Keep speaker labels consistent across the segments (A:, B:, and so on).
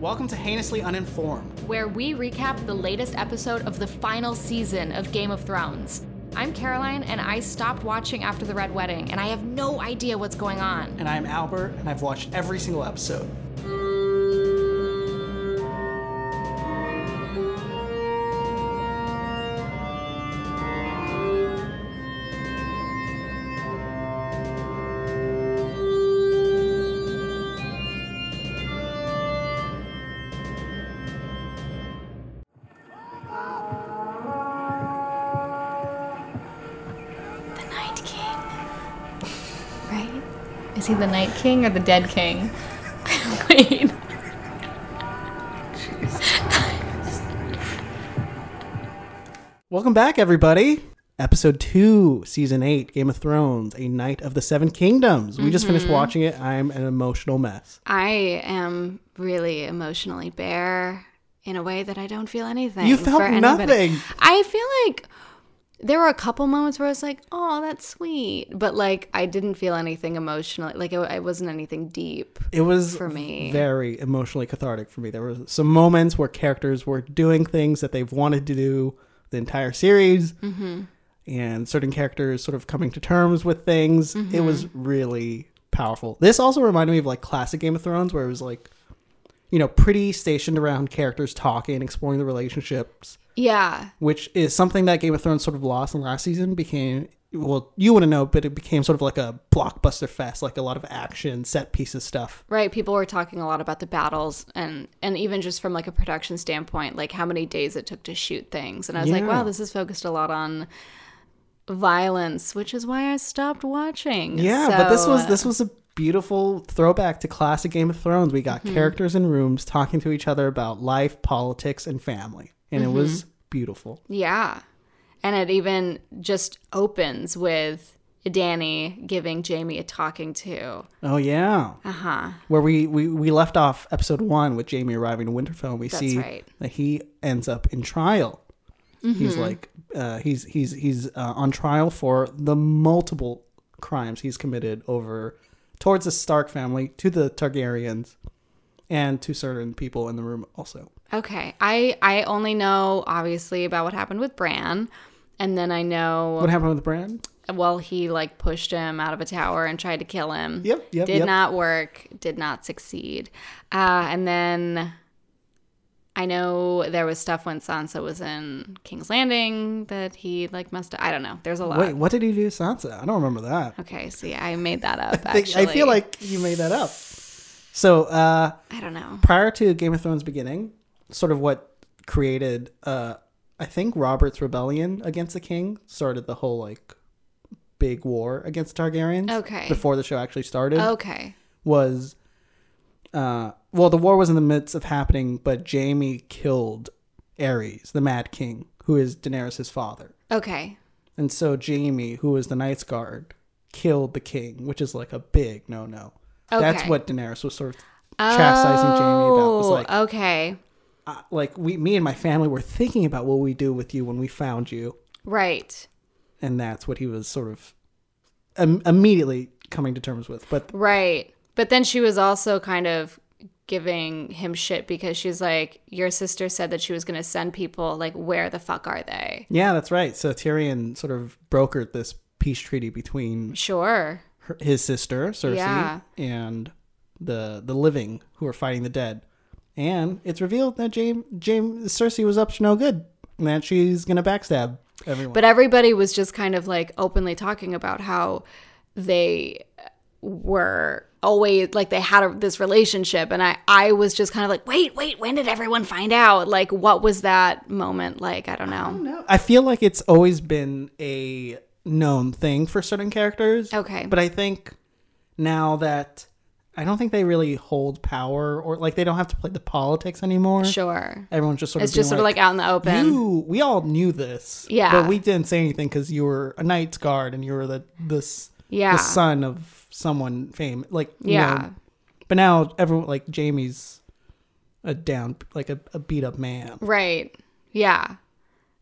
A: Welcome to Heinously Uninformed.
B: where we recap the latest episode of the final season of Game of Thrones. I'm Caroline, and I stopped watching after the Red Wedding, and I have no idea what's going on.
A: And I'm Albert, and I've watched every single episode.
C: The Night King. Right?
B: Is he the Night King or the Dead King? Wait.
A: Welcome back, everybody. Episode 2, Season 8, Game of Thrones, A Knight of the Seven Kingdoms. We just finished watching it. I'm an emotional mess.
C: I am really emotionally bare in a way that I don't feel anything.
A: You felt
C: for anybody.
A: nothing.
C: I feel like there were a couple moments where I was like, "Oh, that's sweet," but like I didn't feel anything emotionally. Like it, it wasn't anything deep.
A: It was
C: For me.
A: very emotionally cathartic for me. There were some moments where characters were doing things that they've wanted to do the entire series,
C: Mm-hmm.
A: and certain characters sort of coming to terms with things. It was
C: Mm-hmm.
A: really powerful. This also reminded me of like classic Game of Thrones, where it was like, you know, pretty stationed around characters talking, exploring the relationships,
C: Yeah,
A: which is something that Game of Thrones sort of lost in last season. Became well, you wouldn't know, but it became sort of like a blockbuster fest, like a lot of action, set pieces stuff.
C: right. People were talking a lot about the battles and and even just from like a production standpoint, like how many days it took to shoot things. And I was like,
A: Yeah.
C: "Wow, this is focused a lot on." violence which is why i stopped watching
A: Yeah, but this was
C: So- uh,
A: this was a beautiful throwback to classic Game of Thrones. We got
C: Mm-hmm.
A: characters in rooms talking to each other about life, politics, and family, and it
C: Mm-hmm.
A: was beautiful.
C: Yeah. And it even just opens with Danny giving Jamie a talking to.
A: Oh yeah,
C: Uh huh.
A: where we we, we left off episode one with Jamie arriving in Winterfell, and we see
C: right. Mm-hmm.
A: that he ends up in trial. He's like uh, he's he's he's uh, on trial for the multiple crimes he's committed over towards the Stark family, to the Targaryens, and to certain people in the room also.
C: Okay. I I only know obviously about what happened with Bran, and then I know
A: What happened with Bran?
C: well he like pushed him out of a tower and tried to kill him.
A: Yep, yep,
C: Did
A: yep.
C: not work. Did not succeed. Uh, and then. I know there was stuff when Sansa was in King's Landing that he like must. I don't know. There's a lot.
A: Wait, what did he do to Sansa? I don't remember that.
C: Okay, see, I made that up.
A: I, think- I
C: Actually.
A: feel like you made that up. So, uh,
C: I don't know.
A: prior to Game of Thrones beginning, sort of what created, uh, I think, Robert's rebellion against the king started the whole like big war against Targaryens.
C: Okay. Oh.
A: Before the show actually started,
C: Okay.
A: was uh, well, the war was in the midst of happening, but Jamie killed Ares, the Mad King, who is Daenerys' father.
C: Okay.
A: And so Jamie, who was the Knight's Guard, killed the king, which is like a big no no. That's
C: Okay.
A: what Daenerys was sort of chastising Jamie about. It was
C: Oh,
A: like,
C: okay.
A: uh, like we, me and my family were thinking about what we do with you when we found you,
C: Right.
A: and that's what he was sort of im- immediately coming to terms with. But
C: Right. But then she was also kind of giving him shit because she's like, Your sister said that she was going to send people. Like, where the fuck are they?
A: yeah, that's right. So Tyrion sort of brokered this peace treaty between
C: Sure.
A: her, his sister Cersei
C: Yeah.
A: and the the living who are fighting the dead. And it's revealed that James James Cersei was up to no good, and that she's gonna backstab everyone.
C: But everybody was just kind of like openly talking about how they were always like they had a, this relationship and I I was just kind of like wait wait when did everyone find out like what was that moment like I don't know
A: No, I feel like it's always been a known thing for certain characters.
C: Okay.
A: but I think now that I don't think they really hold power, or like they don't have to play the politics anymore.
C: sure
A: Everyone's just sort of
C: It's just
A: being
C: sort of like out in the open.
A: you we all knew this
C: Yeah.
A: but we didn't say anything because you were a knight's guard and you were the this
C: Yeah.
A: the son of someone fame like you
C: Yeah.
A: know. but now everyone like jamie's a down like a, a beat up man
C: Right. Yeah.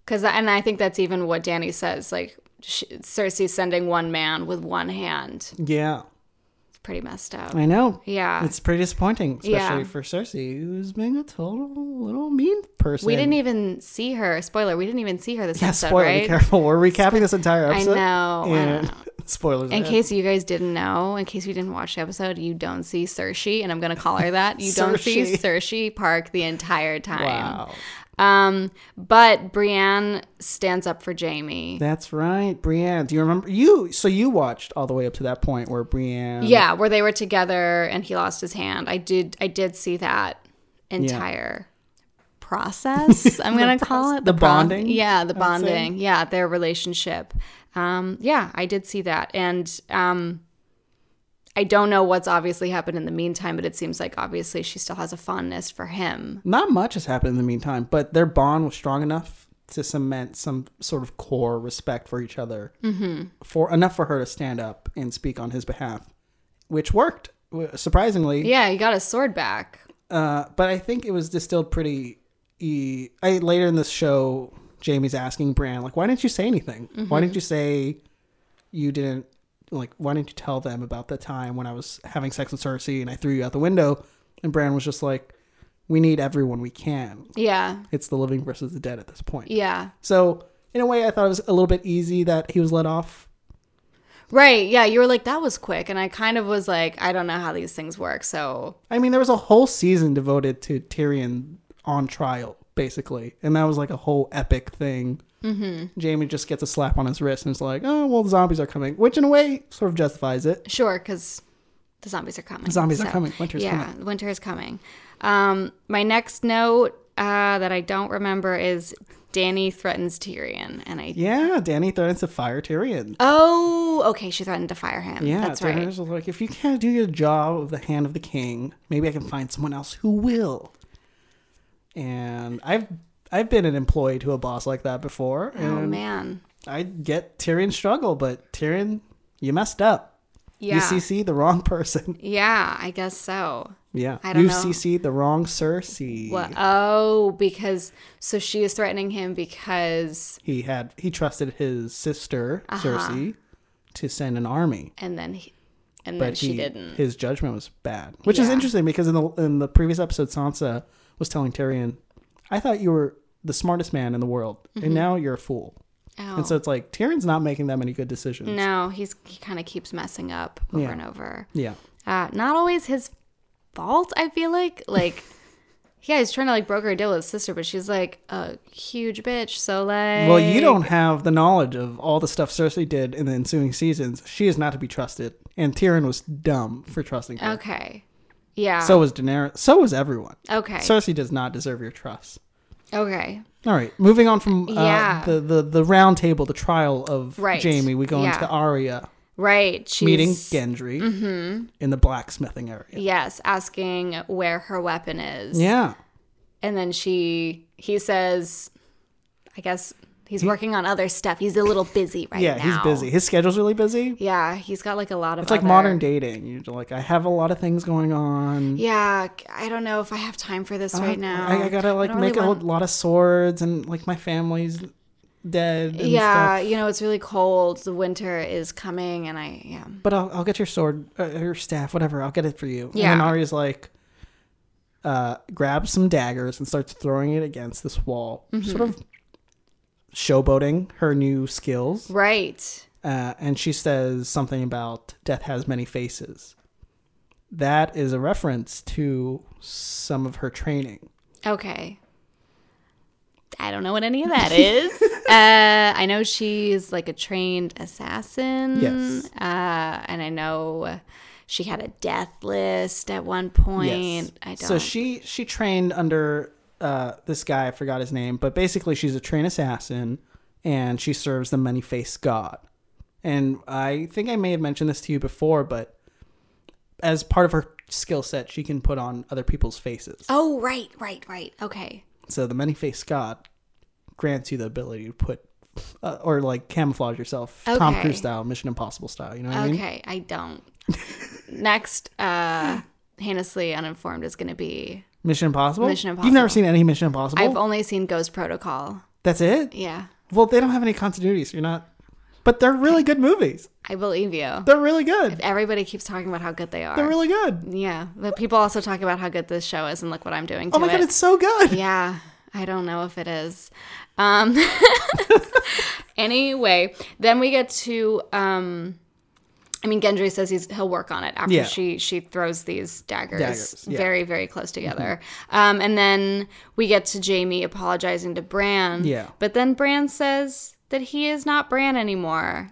C: Cause and I think that's even what Danny says. Like she, Cersei's sending one man with one hand.
A: yeah
C: pretty messed up.
A: I know.
C: Yeah.
A: It's pretty disappointing, especially
C: Yeah.
A: for Cersei, who's being a total little mean person.
C: we didn't even see her. Spoiler, we didn't even see her this
A: Yeah,
C: episode,
A: spoiler. Be
C: right?
A: careful. We're recapping this entire
C: I
A: episode.
C: know, I don't
A: And
C: know.
A: spoilers.
C: In
A: ahead.
C: case you guys didn't know, in case you didn't watch the episode, you don't see Cersei, and I'm going to call her that. You don't see
A: Cersei.
C: Cersei Park the entire time.
A: Wow.
C: Um, but Brienne stands up for Jamie.
A: That's right, Brienne. Do you remember you? So you watched all the way up to that point where Brienne.
C: yeah, where they were together and he lost his hand. I did I did see that entire process. I'm going to call it
A: the
C: pro-
A: bonding,
C: Yeah, the
A: I would say.
C: bonding. Yeah, their relationship. Um yeah, I did see that. And um I don't know what's obviously happened in the meantime, but it seems like obviously she still has a fondness for him.
A: Not much has happened in the meantime, but their bond was strong enough to cement some sort of core respect for each other, mm-hmm. for enough for her to stand up and speak on his behalf, which worked w- surprisingly.
C: Yeah, he got his sword back.
A: Uh, but I think it was distilled pretty. E- I later in this show, Jamie's asking Bran like, "Why didn't you say anything? Why didn't you say you didn't like? Why didn't you tell them about the time when I was having sex with Cersei and I threw you out the window?" And Bran was just like, "We need everyone we can.
C: Yeah.
A: It's the living versus the dead at this point."
C: Yeah.
A: So in a way, I thought it was a little bit easy that he was let off.
C: Right. Yeah. You were like, that was quick. And I kind of was like, I don't know how these things work. So
A: I mean, there was a whole season devoted to Tyrion on trial, basically, and that was like a whole epic thing. Mm-hmm. Jamie just gets a slap on his wrist and is like, "Oh, well, the zombies are coming," which in a way sort of justifies it.
C: Sure, because the zombies are coming.
A: Zombies are coming. Winter's
C: yeah,
A: coming.
C: winter is coming. Um, my next note uh, that I don't remember is Danny threatens Tyrion, and I.
A: Yeah, Danny threatens to fire Tyrion.
C: Oh, okay. She threatened to fire him.
A: yeah,
C: that's
A: Tyrion's
C: right.
A: just like, "If you can't do your job of the hand of the king, maybe I can find someone else who will." And I've I've been an employee to a boss like that before,
C: Oh
A: and
C: man.
A: I get Tyrion's struggle, but Tyrion, you messed up.
C: Yeah.
A: You CC the wrong person.
C: yeah, I guess so.
A: Yeah.
C: I don't
A: you
C: know.
A: CC the wrong Cersei.
C: Well, oh, because so she is threatening him because,
A: He had he trusted his sister
C: Uh-huh.
A: Cersei to send an army,
C: and then, he, and
A: but
C: then she
A: he-
C: didn't.
A: His judgment was bad, which is
C: Yeah.
A: interesting because in the in the previous episode, Sansa was telling Tyrion, "I thought you were the smartest man in the world, and now you're a fool."
C: Mm-hmm. Oh.
A: And so it's like Tyrion's not making that many good decisions.
C: no, he's he kind of keeps messing up over and over.
A: Yeah.
C: uh, not always his fault. I feel like like yeah, he's trying to like broker a deal with his sister, but she's like a huge bitch. So like,
A: Well, you don't have the knowledge of all the stuff Cersei did in the ensuing seasons. She is not to be trusted, and Tyrion was dumb for trusting her.
C: Okay, yeah.
A: So was Daenerys. So was everyone.
C: okay,
A: Cersei does not deserve your trust.
C: okay,
A: All right, moving on from uh,
C: Yeah.
A: the, the the round table, the trial of
C: Right.
A: Jamie, we go
C: Yeah.
A: into Arya
C: right. She's
A: meeting Gendry
C: Mm-hmm.
A: in the blacksmithing area.
C: Yes, asking where her weapon is.
A: Yeah,
C: and then she he says, I guess he's working on other stuff. He's a little busy right
A: yeah,
C: now.
A: he's busy. His schedule's really busy.
C: Yeah, he's got like a lot of.
A: It's like
C: other-
A: modern dating. You're like, I have a lot of things going on.
C: Yeah, I don't know if I have time for this right now.
A: I, I gotta like
C: don't
A: make
C: really
A: a
C: want-
A: lot of swords, and like my family's dead. And
C: yeah,
A: stuff.
C: you know, it's really cold. The winter is coming, and I yeah.
A: but I'll, I'll get your sword, uh, your staff, whatever. I'll get it for you.
C: Yeah.
A: And then Arya's like, uh, grabs some daggers and starts throwing it against this wall, sort of showboating her new skills.
C: Right.
A: Uh, and she says something about death has many faces. That is a reference to some of her training.
C: Okay. I don't know what any of that is. uh, I know she's like a trained assassin.
A: Yes.
C: Uh, and I know she had a death list at one point. I don't.
A: So she she trained under uh, this guy. I forgot his name, but basically she's a trained assassin, and she serves the many faced god. And I think I may have mentioned this to you before, but as part of her skill set, she can put on other people's faces.
C: oh right, right, right. Okay.
A: So the many faced god grants you the ability to put. Uh, or like camouflage yourself, Tom
C: Okay.
A: Cruise style, Mission Impossible style. You know what I mean?
C: Okay. I don't. Next, uh, heinously uninformed is going to be.
A: Mission Impossible.
C: Mission
A: You've never
C: Impossible.
A: seen any Mission Impossible.
C: I've only seen Ghost Protocol.
A: That's it.
C: Yeah.
A: Well, they don't have any continuity, so you're not But they're really good movies.
C: I believe you.
A: They're really good.
C: Everybody keeps talking about how good they are.
A: They're really good.
C: yeah, but people also talk about how good this show is and look what I'm doing to
A: Oh my
C: it.
A: god, it's so good.
C: Yeah, I don't know if it is. Um, anyway, then we get to. Um, I mean, Gendry says he's he'll work on it after
A: Yeah.
C: she she throws these daggers,
A: Daggers, yeah. Mm-hmm.
C: very very close together, um, and then we get to Jamie apologizing to Bran.
A: Yeah.
C: but then Bran says that he is not Bran anymore,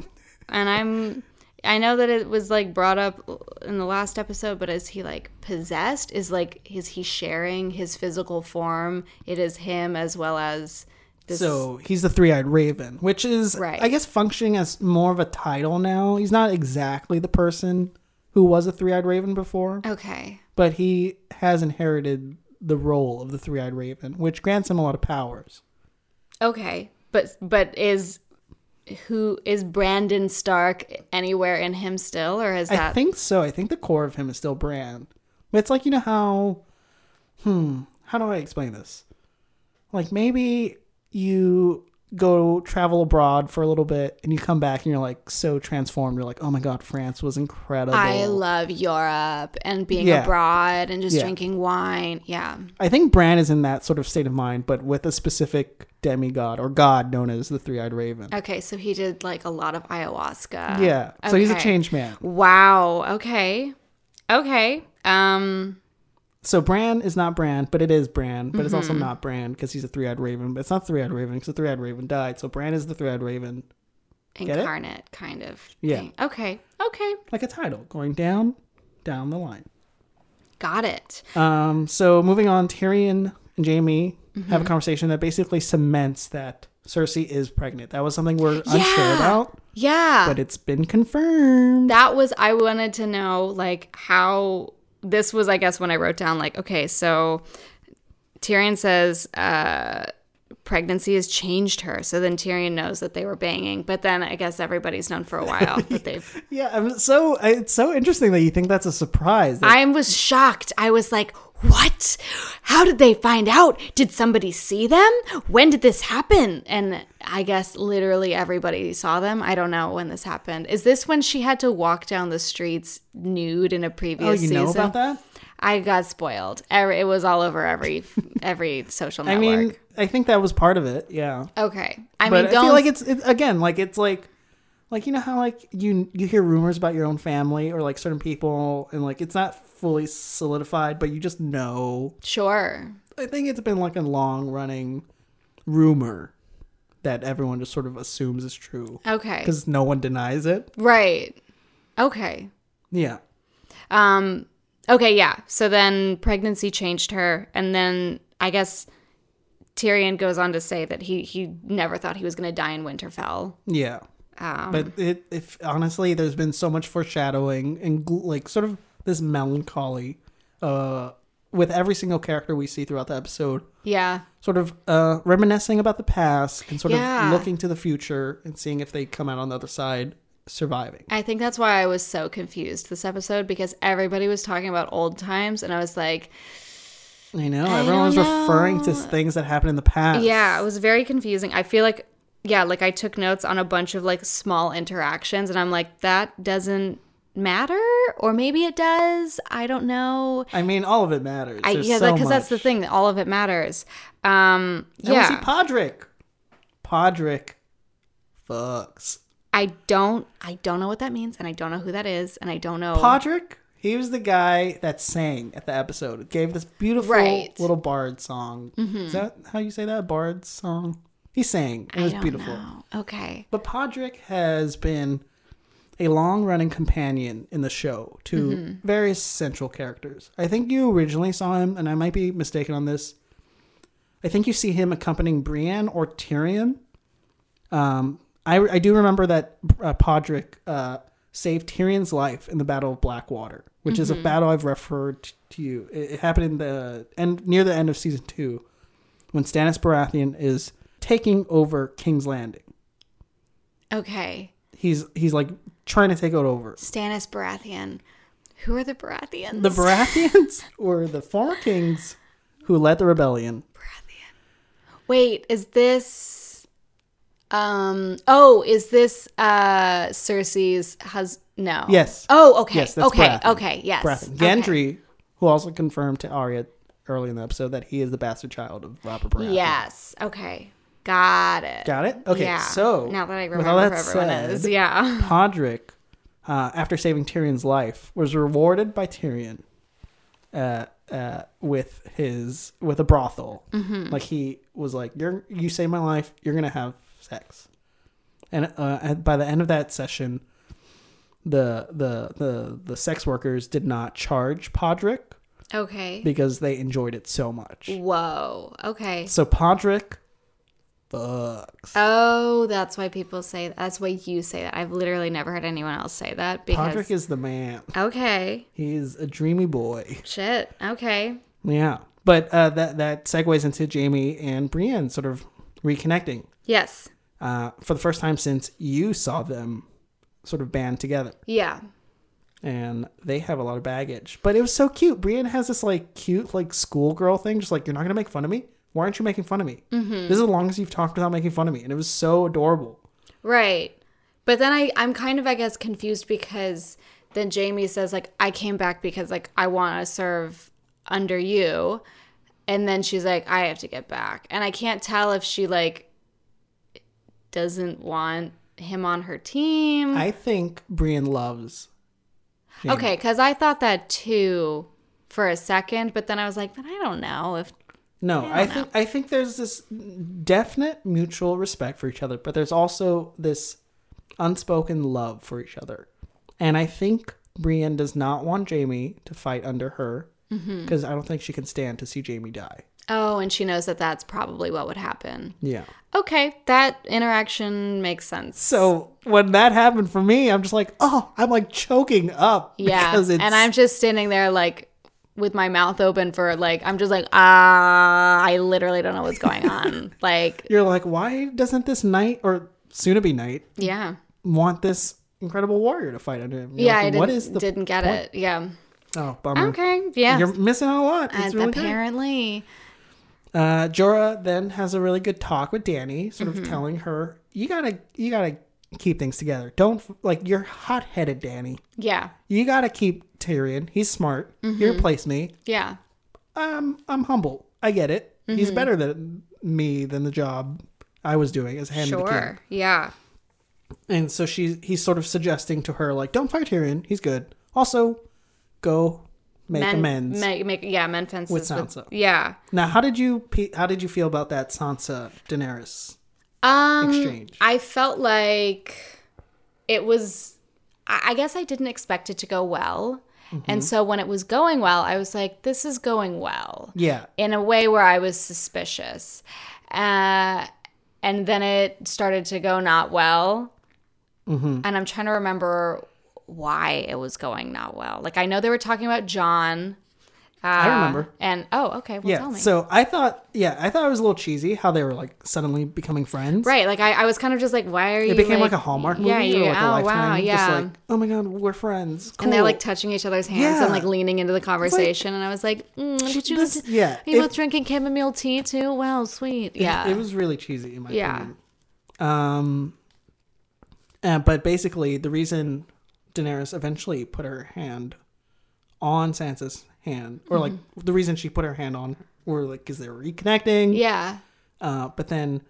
C: and I'm. I know that it was like brought up in the last episode, but is he like possessed? Is like is he sharing his physical form? It is him as well as this.
A: So he's the three eyed raven, which is,
C: Right.
A: I guess, functioning as more of a title now. He's not exactly the person who was a three eyed raven before,
C: Um, okay,
A: but he has inherited the role of the three eyed raven, which grants him a lot of powers.
C: okay, but but is who is Brandon Stark anywhere in him still, or is
A: I
C: that
A: think so. I think the core of him is still Bran. But it's like, you know how. Hmm. How do I explain this? Like, maybe you go travel abroad for a little bit and you come back and you're like so transformed. You're like, oh my God, France was incredible.
C: I love Europe and being
A: Yeah.
C: abroad and just
A: Yeah.
C: drinking wine? Yeah,
A: I think Bran is in that sort of state of mind, but with a specific demigod or god known as the Three Eyed Raven.
C: okay, so he did like a lot of ayahuasca.
A: yeah. So he's a
C: okay.
A: changed man.
C: Wow. Okay. Okay. Um.
A: So Bran is not Bran, but it is Bran, but it's also not Bran because he's a Three Eyed Raven, but it's not Three Eyed Raven because the Three Eyed Raven died. So Bran is the Three Eyed Raven, it?
C: Incarnate, kind of.
A: Yeah.
C: Thing. Okay. Okay.
A: like a title going down, down the line.
C: Got it.
A: Um, so moving on, Tyrion and Jamie have a conversation that basically cements that Cersei is pregnant. That was something we're unsure
C: Yeah.
A: about,
C: Yeah.
A: but it's been confirmed.
C: that was. I wanted to know, like, how this was. I guess when I wrote down, like, okay, so Tyrion says, uh. Pregnancy has changed her, so then Tyrion knows that they were banging. But then I guess everybody's known for a while that they've
A: Yeah, I'm so it's so interesting that you think that's a surprise. That-
C: I was shocked. I was like, what? How did they find out? Did somebody see them? When did this happen? And I guess literally everybody saw them. I don't know when this happened. Is this when she had to walk down the streets nude in a previous
A: oh, you
C: season?
A: know about that?
C: I got spoiled. Every, it was all over every every social
A: I
C: network.
A: mean, I think that was part of it. Yeah,
C: okay. I
A: but
C: mean,
A: I
C: don't
A: feel like it's it, again like it's like like you know how like you you hear rumors about your own family or like certain people and like it's not fully solidified, but you just know.
C: sure.
A: I think it's been like a long running rumor that everyone just sort of assumes is true
C: Okay.
A: because no one denies it.
C: Right. Okay.
A: Yeah.
C: Um, okay, yeah. So then pregnancy changed her, and then I guess Tyrion goes on to say that he he never thought he was going to die in Winterfell.
A: Yeah.
C: Um,
A: But it, if honestly, there's been so much foreshadowing and gl- like sort of this melancholy, uh, with every single character we see throughout the episode,
C: yeah,
A: sort of uh, reminiscing about the past and sort
C: Yeah.
A: of looking to the future and seeing if they come out on the other side surviving.
C: I think that's why I was so confused this episode because everybody was talking about old times, and I was like,
A: I know everyone was
C: don't
A: referring to
C: know.
A: things that happened in the past.
C: yeah, it was very confusing. I feel like. Yeah, like I took notes on a bunch of like small interactions, and I'm like, that doesn't matter, or maybe it does. I don't know.
A: I mean, all of it matters.
C: I,
A: There's
C: yeah,
A: so
C: because that's the
A: much.
C: thing. All of it matters. Um,
A: And we see
C: yeah,
A: Podrick. Podrick fucks.
C: I don't, I don't know what that means, and I don't know who that is, and I don't know.
A: Podrick, he was the guy that sang at the episode. It gave this beautiful
C: Right. Mm-hmm.
A: little bard song. Is that how you say that? Bard song? He sang. It
C: I
A: was
C: don't
A: beautiful.
C: know. Okay,
A: But Podrick has been a long running companion in the show to various central characters. I think you originally saw him, and I might be mistaken on this. I think you see him accompanying Brienne or Tyrion. Um, I, I do remember that uh, Podrick uh, saved Tyrion's life in the Battle of Blackwater, which is a battle I've referred t- to you. It, it happened in the end near the end of season two, when Stannis Baratheon is taking over King's Landing
C: okay.
A: he's he's like trying to take it over.
C: Stannis Baratheon. Who are the Baratheons?
A: The Baratheons were the former kings who led the rebellion.
C: Wait, is this? Um. Oh, is this uh Cersei's husband? No.
A: Yes.
C: Oh, okay.
A: Yes, that's
C: okay.
A: Baratheon.
C: Okay. Yes.
A: Baratheon.
C: Okay.
A: Gendry, who also confirmed to Arya early in the episode that he is the bastard child of Robert Baratheon.
C: Yes. Okay. Got it.
A: Got it? Okay,
C: Yeah.
A: so.
C: now that I
A: with
C: remember
A: all
C: who
A: that
C: everyone
A: said,
C: is, yeah.
A: Podrick, uh, after saving Tyrion's life, was rewarded by Tyrion uh, uh, with his with a brothel. Like he was like, "You're you saved my life. You're gonna have sex." And uh, and by the end of that session, the the the the sex workers did not charge Podrick
C: Okay.
A: because they enjoyed it so much.
C: Whoa. Okay.
A: So Podrick fucks.
C: Oh, that's why people say That's why you say that. I've literally never heard anyone else say that because.
A: Podrick is the man.
C: okay.
A: He's a dreamy boy.
C: Shit. Okay.
A: Yeah, but uh, that that segues into Jamie and Brienne sort of reconnecting
C: Yes.
A: uh, for the first time since you saw them sort of band together,
C: Yeah.
A: and they have a lot of baggage. But it was so cute. Brienne has this like cute like schoolgirl thing, just like you're not gonna make fun of me. Why aren't you making fun of me? Mm-hmm. This is the longest you've talked without making fun of me, and it was so adorable.
C: Right. But then I, I'm kind of, I guess, confused because then Jamie says, like, I came back because, like, I want to serve under you. And then she's like, I have to get back. And I can't tell if she, like, doesn't want him on her team.
A: I think Brienne loves. Jamie.
C: Okay, because I thought that too for a second, but then I was like, but I don't know if.
A: No, I, think I think there's this definite mutual respect for each other, but there's also this unspoken love for each other. And I think Brienne does not want Jamie to fight under her
C: Mm-hmm.
A: because I don't think she can stand to see Jamie die.
C: Oh, and she knows that that's probably what would happen.
A: Yeah.
C: Okay, that interaction makes sense.
A: So when that happened for me, I'm just like, oh, I'm like choking up.
C: Yeah,
A: Because it's,
C: and I'm just standing there like with my mouth open for like I'm just like ah, I literally don't know what's going on. like
A: you're like, why doesn't this knight or soon to be knight
C: yeah, want
A: want this incredible warrior to fight under him? You're
C: yeah,
A: like,
C: I didn't,
A: what is the
C: didn't get it. Yeah,
A: oh bummer?
C: okay, yeah.
A: You're missing out a lot.
C: And
A: It's really good.
C: apparently,
A: Uh, Jorah then has a really good talk with Danny, sort
C: Mm-hmm.
A: of telling her, "You gotta, you gotta keep things together. Don't like you're hot headed, Danny.
C: yeah,
A: You gotta keep Tyrion. He's smart.
C: Mm-hmm.
A: You replace me.
C: yeah,
A: I'm, I'm humble. I get it.
C: Mm-hmm.
A: He's better than me than the job I was doing as hand of the king.
C: sure, yeah,
A: And so she's he's sort of suggesting to her like, don't fire Tyrion. He's good. Also, go make
C: Men-
A: amends.
C: Make, make yeah, men fences
A: With Sansa.
C: yeah.
A: now, how did you pe- how did you feel about that Sansa Daenerys
C: Um,
A: exchange?
C: I felt like it was. I I guess I didn't expect it to go well,
A: Mm-hmm.
C: and so when it was going well, I was like, "This is going well."
A: yeah,
C: in a way where I was suspicious. Uh, and then it started to go not well.
A: Mm-hmm.
C: And I'm trying to remember why it was going not well. Like, I know they were talking about John. Uh, I
A: remember.
C: And, oh, okay. Well, tell
A: Yeah.
C: me.
A: So I thought, yeah, I thought it was a little cheesy how they were like suddenly becoming friends.
C: right. Like, I, I was kind of just like, why are you.
A: It became like, a Hallmark movie
C: Yeah. You,
A: or like a
C: oh,
A: lifetime.
C: wow. Yeah.
A: Just like, oh my god, we're friends. Cool.
C: and they're like touching each other's hands and
A: Yeah.
C: like leaning into the conversation. and I was like, mm, did you,
A: this- yeah,
C: you
A: if-
C: both drinking chamomile tea too? Wow, sweet. Yeah.
A: It was really cheesy in my
C: Yeah.
A: opinion. Um. uh, but basically, the reason Daenerys eventually put her hand on Sansa's hand, or like
C: Mm-hmm.
A: the reason she put her hand on, were like because they were reconnecting.
C: yeah.
A: Uh, but then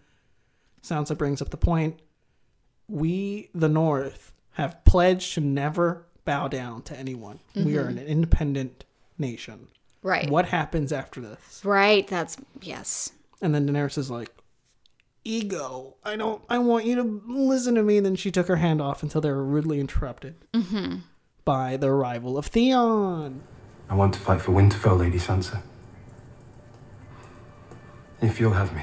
A: Sansa brings up the point we, the North, have pledged to never bow down to anyone. We are an
C: Mm-hmm.
A: independent nation.
C: Right.
A: What happens after this?
C: Right. That's yes.
A: And then Daenerys is like, ego. I don't, I want you to listen to me. And then she took her hand off until they were rudely interrupted
C: Mm-hmm.
A: by the arrival of Theon.
D: I want to fight for Winterfell, Lady Sansa. If you'll have me.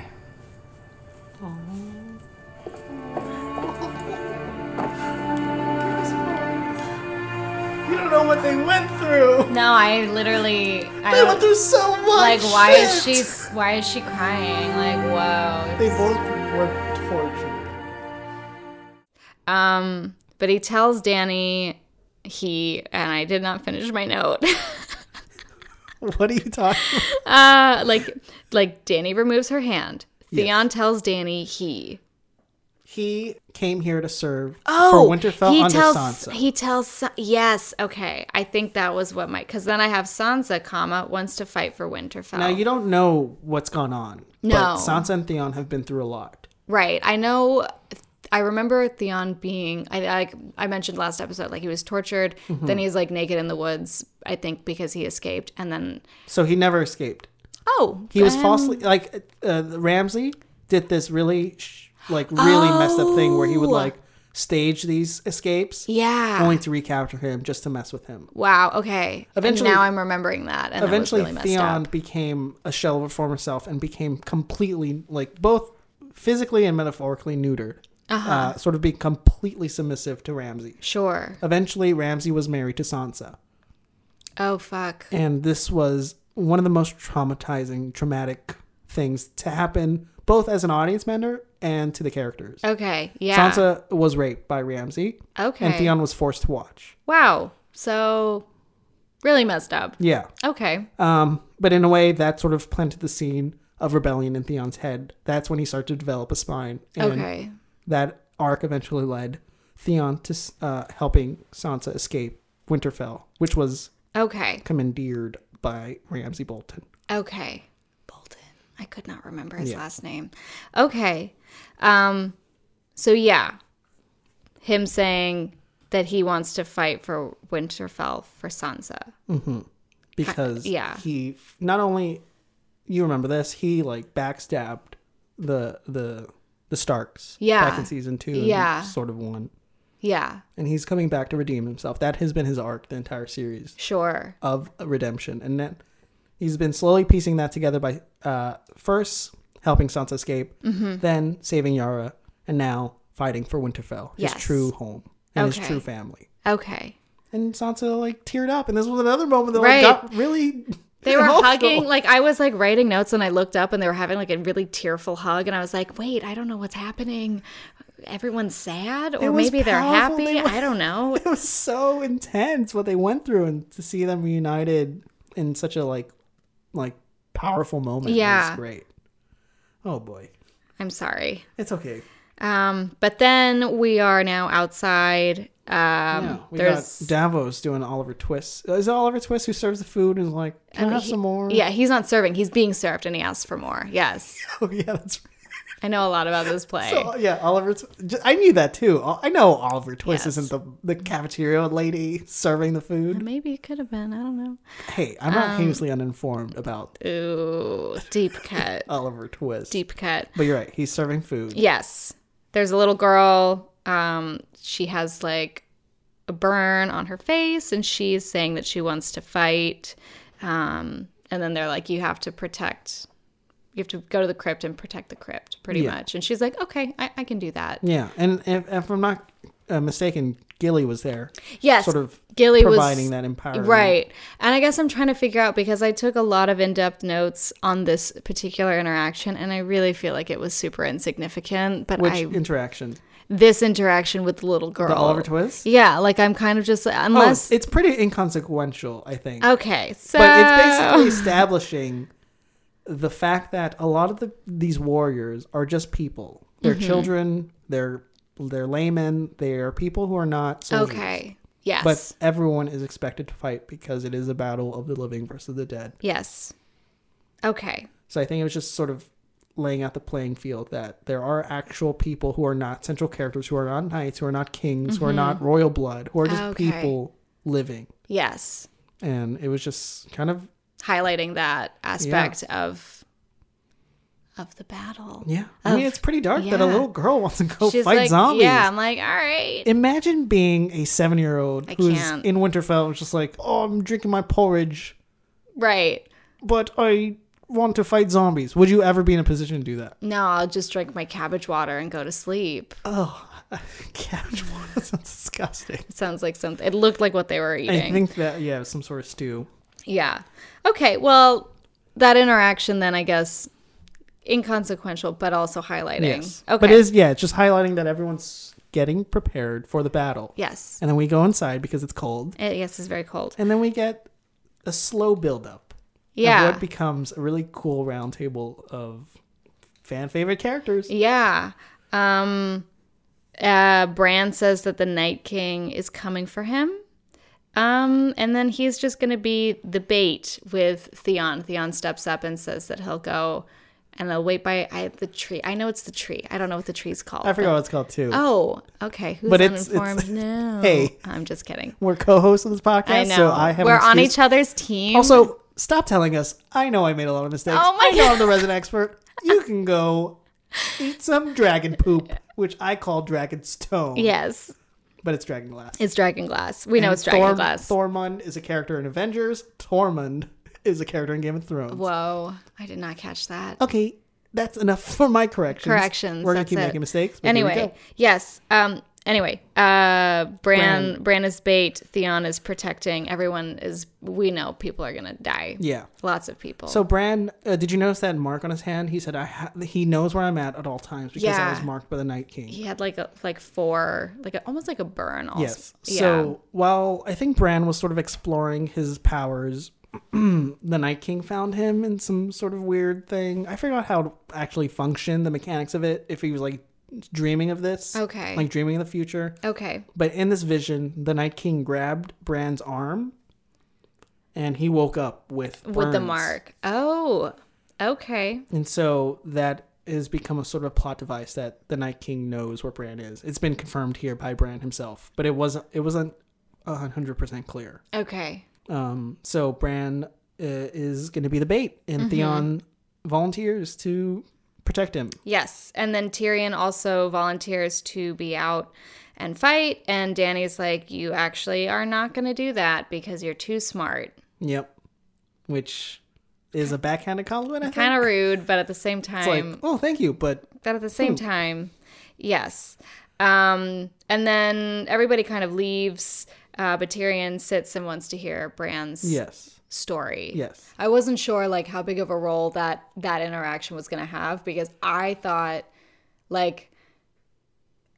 A: You don't know what they went through.
C: No, I literally.
A: They
C: I don't-
A: went through so much.
C: like, why is
A: shit.
C: she? Why is she crying? Like, whoa.
A: They both were tortured.
C: Um, but he tells Danny he and I did not finish my note.
A: What are you talking about?
C: uh, like, like Danny removes her hand. Theon tells Danny he
A: He came here to serve
C: Oh,
A: for Winterfell
C: he
A: under
C: tells,
A: Sansa.
C: He tells Sa- yes. Okay, I think that was what my because then I have Sansa, comma wants to fight for Winterfell.
A: now you don't know what's gone on.
C: No.
A: but Sansa and Theon have been through a lot.
C: Right. I know. I remember Theon being. I I, I mentioned last episode like he was tortured.
A: Mm-hmm.
C: Then he's like naked in the woods. I think because he escaped, and then
A: So he never escaped.
C: oh,
A: He was
C: um,
A: falsely like uh, Ramsey did this really sh- like really messed up thing where he would
C: Oh.
A: like stage these escapes
C: Yeah.
A: only to recapture him just to mess with him.
C: wow. Okay.
A: Eventually-
C: Eventually, now I'm remembering that. And
A: Eventually,
C: eventually, that was really
A: Theon
C: Messed up.
A: became a shell of his former self and became completely like both physically and metaphorically neutered.
C: Uh-huh.
A: Uh, sort of being completely submissive to Ramsey.
C: Sure.
A: Eventually, Ramsey was married to Sansa.
C: Oh fuck.
A: and this was one of the most traumatizing, traumatic things to happen, both as an audience member and to the characters.
C: Okay. Yeah.
A: Sansa was raped by Ramsay, and
C: Okay.
A: Theon was forced to watch.
C: wow. So really messed up.
A: Yeah,
C: Okay.
A: um, but in a way, that sort of planted the seed of rebellion in Theon's head. That's when he started to develop a spine, and
C: Okay.
A: that arc eventually led Theon to uh, helping Sansa escape Winterfell, which was
C: Okay.
A: commandeered by Ramsay Bolton.
C: Okay. Bolton. I could not remember his last name. Okay. Um so yeah. Him saying that he wants to fight for Winterfell for Sansa.
A: because
C: yeah.
A: he not only you remember this he like backstabbed the the the Starks
C: Yeah.
A: back in season two
C: Yeah.
A: and sort of one
C: Yeah,
A: and he's coming back to redeem himself that has been his arc the entire series
C: sure.
A: of redemption and then he's been slowly piecing that together by uh first helping Sansa escape
C: Mm-hmm.
A: then saving Yara and now fighting for Winterfell his
C: Yes.
A: true home and
C: Okay.
A: his true family
C: Okay.
A: and Sansa like teared up and this was another moment that
C: Right.
A: like, got really
C: They were
A: emotional.
C: hugging. Like I was like writing notes and I looked up and they were having like a really tearful hug and I was like, "Wait, I don't know what's happening. Everyone's sad or
A: was
C: maybe they're
A: powerful.
C: happy.
A: They were-
C: I don't know."
A: it was so intense what they went through and to see them reunited in such a like like powerful moment
C: Yeah.
A: was great oh boy
C: I'm sorry.
A: it's okay
C: Um, but then we are now outside. Um,
A: yeah, we
C: there's
A: got davos doing oliver twist is it oliver twist who serves the food and is like can i have some more
C: Um, yeah, he's not serving. He's being served, and he asks for more. Yes,
A: oh yeah that's right
C: I know a lot about this play.
A: Oh, yeah oliver Tw- J- i knew that too O- i know oliver twist
C: Yes.
A: isn't the, the cafeteria lady serving the food
C: Maybe it could have been. I don't know.
A: hey i'm not
C: Um,
A: hugely uninformed about
C: Ooh, deep cut,
A: oliver twist
C: deep cut.
A: but you're right he's serving food
C: Yes, there's a little girl. Um, she has like a burn on her face, and she's saying that she wants to fight. Um, and then they're like, "You have to protect." You have to go to the crypt and protect the crypt, pretty
A: Yeah.
C: much. And she's like, "Okay, I, I can do that."
A: Yeah, and if, if I'm not uh, mistaken, Gilly was there,
C: yes,
A: sort of
C: Gilly
A: providing
C: was
A: that empowerment.
C: right. And I guess I'm trying to figure out because I took a lot of in-depth notes on this particular interaction, and I really feel like it was super insignificant. But
A: Which
C: I
A: interaction?
C: this interaction with the little girl,
A: The Oliver Twist?
C: yeah, like I'm kind of just
A: Oh,
C: unless
A: it's pretty inconsequential, I think.
C: okay, so
A: But it's basically establishing the fact that a lot of the, these warriors are just people. They're
C: Mm-hmm.
A: children. They're they're laymen. They're people who are not soldiers.
C: okay, yes,
A: But everyone is expected to fight because it is a battle of the living versus the dead.
C: yes, okay,
A: So I think it was just sort of laying out the playing field that there are actual people who are not central characters, who are not knights, who are not kings, who are not royal blood, who are just
C: Mm-hmm. Okay.
A: people living.
C: yes,
A: And it was just kind of
C: highlighting that aspect of of the battle.
A: yeah. I mean,
C: Of-
A: it's pretty dark that a
C: yeah.
A: little girl wants to go
C: She's
A: fight
C: like,
A: zombies.
C: yeah, I'm like, all right.
A: Imagine being a seven-year-old who's
C: can't.
A: in Winterfell and is just like, "Oh, I'm drinking my porridge,
C: Right.
A: but I want to fight zombies." Would you ever be in a position to do that?
C: No, I'll just drink my cabbage water and go to sleep.
A: Oh, cabbage water sounds disgusting.
C: It sounds like something. It looked like what they were eating.
A: I think that yeah, some sort of stew.
C: yeah. Okay. Well, that interaction then, I guess, inconsequential, but also highlighting. Okay.
A: But it is yeah, it's just highlighting that everyone's getting prepared for the battle.
C: yes.
A: And then we go inside because it's cold.
C: It, yes, it's very cold.
A: And then we get a slow build up
C: Yeah.
A: of what becomes a really cool round table of fan favorite characters.
C: yeah. Um.
B: Uh, Bran says that the Night King is coming for him. Um, and then he's just going to be the bait with Theon. Theon steps up and says that he'll go and they'll wait by I, the tree. I know it's the tree. I don't know what the tree's called.
A: I forgot
B: but-
A: what it's called too.
B: Oh, okay. Who's
A: But it's- it's-
B: uninformed? no.
A: Hey.
B: I'm just kidding.
A: We're co-hosts of this podcast,
B: I know.
A: so I have. an
B: We're on
A: excuse.
B: each other's team.
A: Also, stop telling us. I know I made a lot of mistakes.
B: Oh my
A: I know
B: God.
A: I'm the resident expert. You can go eat some dragon poop, which I call dragon stone.
B: yes,
A: But it's dragon glass.
B: it's Dragon Glass. We know it's Dragon Glass.
A: Thormund is a character in Avengers. Tormund is a character in Game of Thrones.
B: Whoa, I did not catch that.
A: Okay, that's enough for my corrections.
B: Corrections.
A: We're gonna
B: that's
A: keep
B: it.
A: making mistakes. but here we
B: Anyway,
A: go.
B: yes. Um. Anyway, uh, Bran, Bran
A: Bran.
B: is bait. Theon is protecting. Everyone is. We know people are gonna die.
A: Yeah.
B: Lots of people.
A: So Bran, uh, did you notice that mark on his hand? He said, "I ha- he knows where I'm at at all times because
B: Yeah.
A: I was marked by the Night King."
B: he had like a like four like a, almost like a burn. Also.
A: Yes. So while I think Bran was sort of exploring his powers, the Night King found him in some sort of weird thing. I forgot how it actually functioned, the mechanics of it, if he was like dreaming of this.
B: Okay.
A: Like dreaming of the future.
B: Yeah. Okay.
A: But in this vision, the Night King grabbed Bran's arm and he woke up with
B: With the
A: burns.
B: mark. Oh. Okay.
A: And so that has become a sort of plot device that the Night King knows where Bran is. It's been confirmed here by Bran himself, but it wasn't it wasn't hundred percent clear.
B: Okay.
A: Um, so Bran uh, is going to be the bait, and
C: Mm-hmm.
A: Theon volunteers to protect him.
B: Yes. And then Tyrion also volunteers to be out and fight. And Danny's like, You actually are not going to do that because you're too smart.
A: Yep, which is a backhanded compliment. I
B: Kind
A: think.
B: of rude, but at the same
A: It's
B: time,
A: like, hmm. oh, thank you, but
B: but at the same time, yes. Um, and then everybody kind of leaves. Uh, but Tyrion sits and wants to hear Bran's
A: yes,
B: story.
A: yes.
C: I wasn't sure like how big of a role that that interaction was going to have because I thought like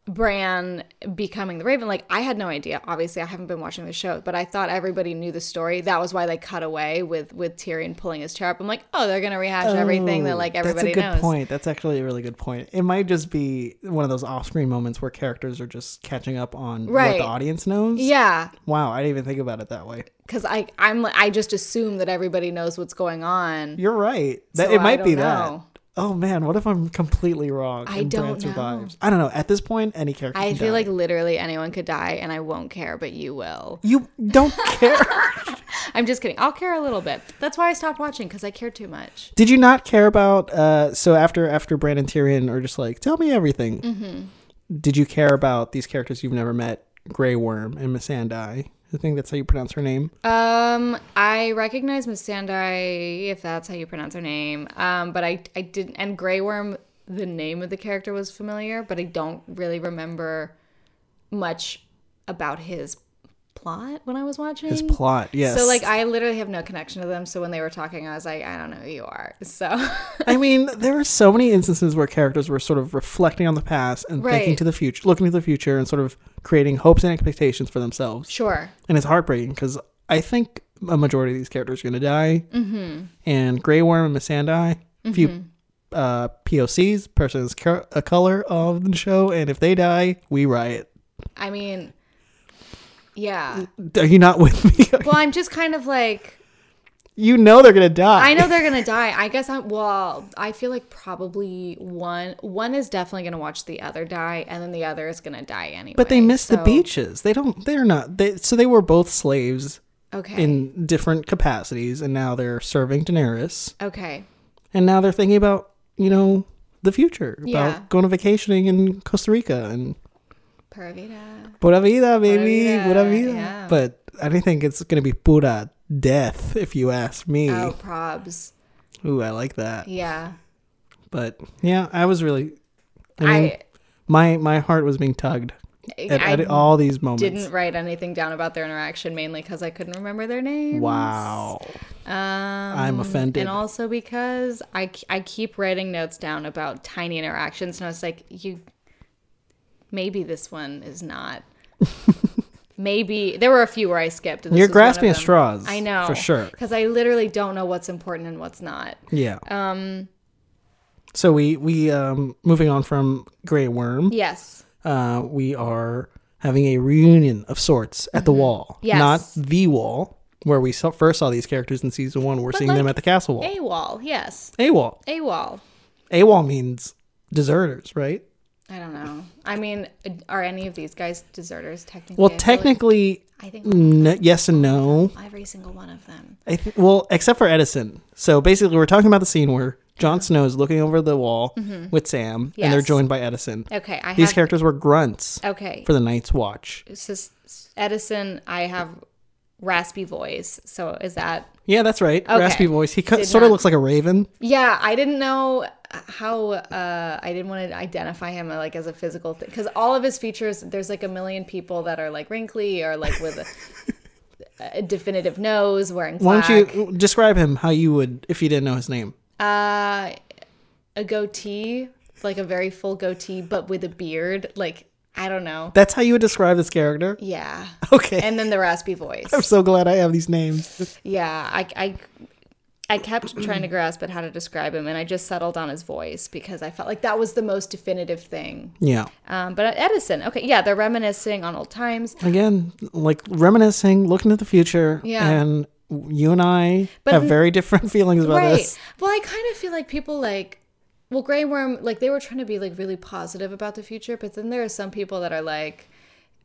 C: Bran becoming the Raven like I had no idea obviously I haven't been watching the show but I thought everybody knew the story that was why they cut away with with Tyrion pulling his chair up I'm like oh they're going to rehash everything that like
A: That's
C: everybody
A: a good
C: knows
A: point. That's actually a really good point. It might just be one of those off-screen moments where characters are just catching up on what
C: Right.
A: the audience knows.
C: yeah
A: Wow, I didn't even think about it that way.
C: cuz I I'm I just assume that everybody knows what's going on
A: You're right. That
C: So
A: it
C: I
A: might be
C: don't
A: that.
C: know.
A: Oh man, what if I'm completely wrong?
C: I
A: and
C: don't
A: Bran
C: know.
A: survives? I don't know. At this point, any character.
C: I
A: can
C: feel
A: die.
C: like literally anyone could die and I won't care but you will
A: you don't care.
C: I'm just kidding. I'll care a little bit. That's why I stopped watching because I care too much.
A: Did you not care about? Uh, so after after Bran and Tyrion are just like, tell me everything.
C: Mm-hmm.
A: Did you care about these characters you've never met, Grey Worm and Missandei? I think that's how you pronounce her name.
C: Um, I recognize Miss Sandai, if that's how you pronounce her name. Um, but I, I didn't. And Grey Worm, the name of the character was familiar, but I don't really remember much about his plot when I was watching.
A: His plot, yes.
C: So like, I literally have no connection to them. So when they were talking, I was like, I don't know who you are. So
A: I mean, there were so many instances where characters were sort of reflecting on the past and thinking
C: Right.
A: to the future, looking to the future, and sort of creating hopes and expectations for themselves.
C: sure,
A: and it's heartbreaking because I think a majority of these characters are going to die. Mm-hmm. And Grey Worm and Missandei, a
C: Mm-hmm.
A: few uh, POCs, persons co- a color of the show, and if they die, we riot.
C: I mean, yeah.
A: Are you not with me?
C: Well, I'm just kind of like.
A: you know they're going to die.
C: I know they're gonna die. I guess I'm. Well, I feel like probably one one is definitely gonna watch the other die, and then the other is gonna die anyway.
A: But they missed the
C: so-
A: beaches. They don't. They're not. They so they were both slaves
C: Okay.
A: in different capacities, and now they're serving Daenerys,
C: okay.
A: and now they're thinking about you know the future, about
C: Yeah.
A: going vacationing in Costa Rica and
C: Pura vida.
A: Pura vida, baby.
C: Pura vida,
A: Pura vida.
C: yeah.
A: But I don't think it's going to be pura death, if you ask me.
C: Oh, probs.
A: Ooh, I like that.
C: Yeah.
A: But yeah, I was really. I mean,
C: I
A: my my heart was being tugged at,
C: I
A: at all these moments.
C: didn't write anything down about their interaction mainly because I couldn't remember their names.
A: Wow.
C: Um,
A: I'm offended.
C: And also because I, I keep writing notes down about tiny interactions, and I was like, you, maybe this one is not. maybe there were a few where I skipped. And this
A: You're
C: was one of
A: grasping at
C: them.
A: straws,
C: I know
A: for sure.
C: because I literally don't know what's important and what's not.
A: yeah. Um. So we we um moving on from Grey Worm.
C: Yes,
A: uh, we are having a reunion of sorts at the wall.
C: Mm-hmm. Yes.
A: Not the wall, where we saw, first saw these characters in season one. We're seeing them
C: like,
A: at the castle wall.
C: A wall, yes.
A: A wall.
C: A wall.
A: A wall means deserters, right?
C: I don't know. I mean, are any of these guys deserters technically?
A: Well,
C: I feel like-
A: technically,
C: I think
A: n- yes and no.
C: every single one of them.
A: I th- well, except for Edison. So basically, we're talking about the scene where Jon Snow is looking over the wall with Sam, and they're
C: Mm-hmm. Yes.
A: joined by Edison.
C: Okay, I
A: These
C: have.
A: characters were grunts
C: okay,
A: for the Night's Watch.
C: it's just Edison. I have raspy voice. So is that?
A: Yeah, that's right. Raspy voice. He cut, sort of
C: not-
A: looks like a raven.
C: Yeah, I didn't know how. Uh, I didn't want to identify him uh, like as a physical thing because all of his features. There's like a million people that are like wrinkly or like with a, a definitive nose, wearing.
A: Why
C: Black,
A: don't you describe him how you would if you didn't know his name?
C: Uh, a goatee, like a very full goatee, but with a beard. Like I don't know.
A: That's how you would describe this character.
C: Yeah.
A: Okay.
C: And then the raspy voice.
A: I'm so glad I have these names.
C: Yeah, I, I, I kept trying to grasp at how to describe him, and I just settled on his voice because I felt like that was the most definitive thing.
A: Yeah.
C: Um, but Edison, okay, yeah, they're reminiscing on old times,
A: Again, like reminiscing, looking to the future.
C: Yeah.
A: And you and I
C: But
A: have
C: n-
A: very different feelings about
C: right?
A: Oh, this.
C: Well, I kind of feel like people like, well, Grey Worm, like they were trying to be like really positive about the future, but then there are some people that are like.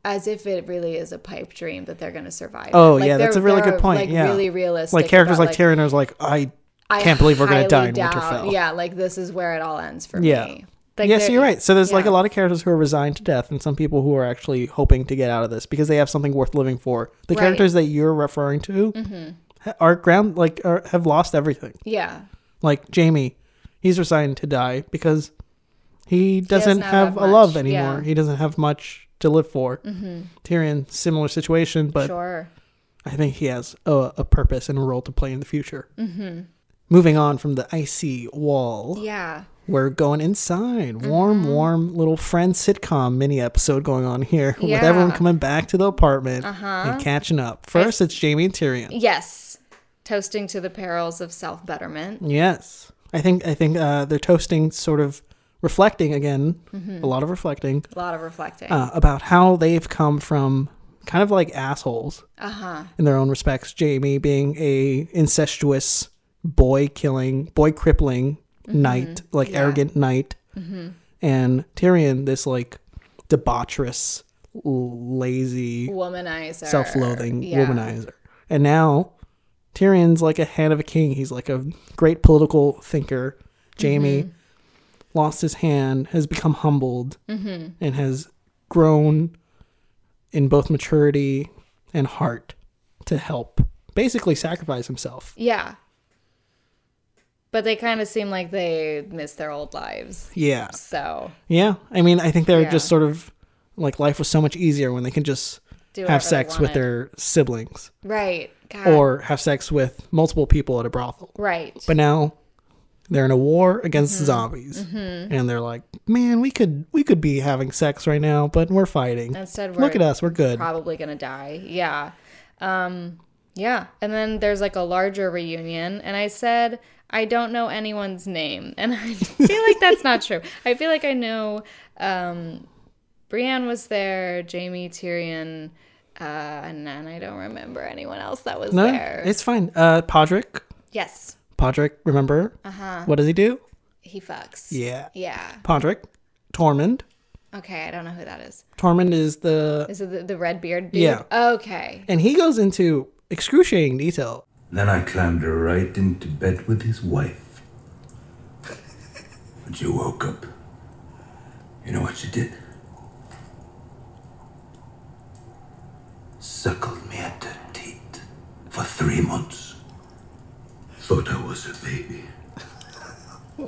C: As if it really is a pipe dream that they're going to survive. it.
A: Oh
C: Like,
A: yeah, that's a
C: they're-
A: really
C: they're,
A: good point.
C: Like
A: yeah,
C: really realistic.
A: Like characters
C: about,
A: like, Tyrion is like, I
C: I
A: can't believe we're gonna die
C: highly
A: in
C: doubt-
A: Winterfell.
C: Yeah, like this is where it all ends for
A: Yeah.
C: me. Like,
A: yes,
C: there-
A: you're right. So there's like
C: yeah.
A: a lot of characters who are resigned to death, and some people who are actually hoping to get out of this because they have something worth living for. The
C: Right. Mm-hmm.
A: characters that you're referring to ha- are ground like are, have lost everything.
C: Yeah.
A: Like Jamie, he's resigned to die because he doesn't
C: not
A: have,
C: have
A: a love
C: much,
A: anymore.
C: yeah. Mm-hmm.
A: He doesn't have much to live for. Tyrion, similar situation, but
C: sure.
A: I think he has a, a purpose and a role to play in the future. Mm-hmm. Moving on from the icy wall,
C: Yeah.
A: we're going inside. Warm, warm little friend sitcom mini episode going on here with
C: Yeah.
A: everyone coming back to the apartment and catching up. First, it's Jamie and Tyrion.
C: Yes. Toasting to the perils of self betterment.
A: Yes, I think I think uh, they're toasting, sort of reflecting again, a lot of reflecting
C: A lot of reflecting.
A: uh, about how they've come from kind of like assholes in their own respects. Jamie being a incestuous boy killing, boy crippling knight, like arrogant knight, and Tyrion this like debaucherous, l- lazy,
C: womanizer.
A: self-loathing
C: Yeah.
A: womanizer. And now Tyrion's like a hand of a king. He's like a great political thinker. Jamie
C: Mm-hmm.
A: lost his hand, has become humbled, and has grown in both maturity and heart to help. Basically, sacrifice himself.
C: Yeah. But they kind of seem like they miss their old lives.
A: Yeah,
C: So
A: yeah. I mean, I think they're
C: Yeah.
A: just sort of like life was so much easier when they can just
C: Do
A: have
C: whatever they
A: sex with
C: wanted.
A: their siblings
C: right. God.
A: or have sex with multiple people at a brothel.
C: right.
A: But now they're in a war against
C: Mm-hmm.
A: zombies, and they're like, "Man, we could we could be having sex right now, but we're fighting.
C: Instead, we're
A: Look at us, we're good."
C: probably gonna die. Yeah. Um, yeah. And then there's like a larger reunion, and I said I don't know anyone's name, and I feel like that's not true. I feel like I know. Um, Brienne was there, Jamie, Tyrion, uh, and then I don't remember anyone else that was
A: no,
C: there.
A: it's fine. Uh, Podrick,
C: yes,
A: Podrick, remember? Uh-huh. What does he do?
C: he fucks.
A: Yeah,
C: Yeah.
A: Podrick, Tormund.
C: Okay, I don't know who that is.
A: Tormund is the,
C: Is it the, the red beard dude?
A: Yeah.
C: Okay.
A: and he goes into excruciating detail.
D: Then I climbed right into bed with his wife. But you woke up. You know what you did? Suckled me at her teat for three months. Thought I was a baby.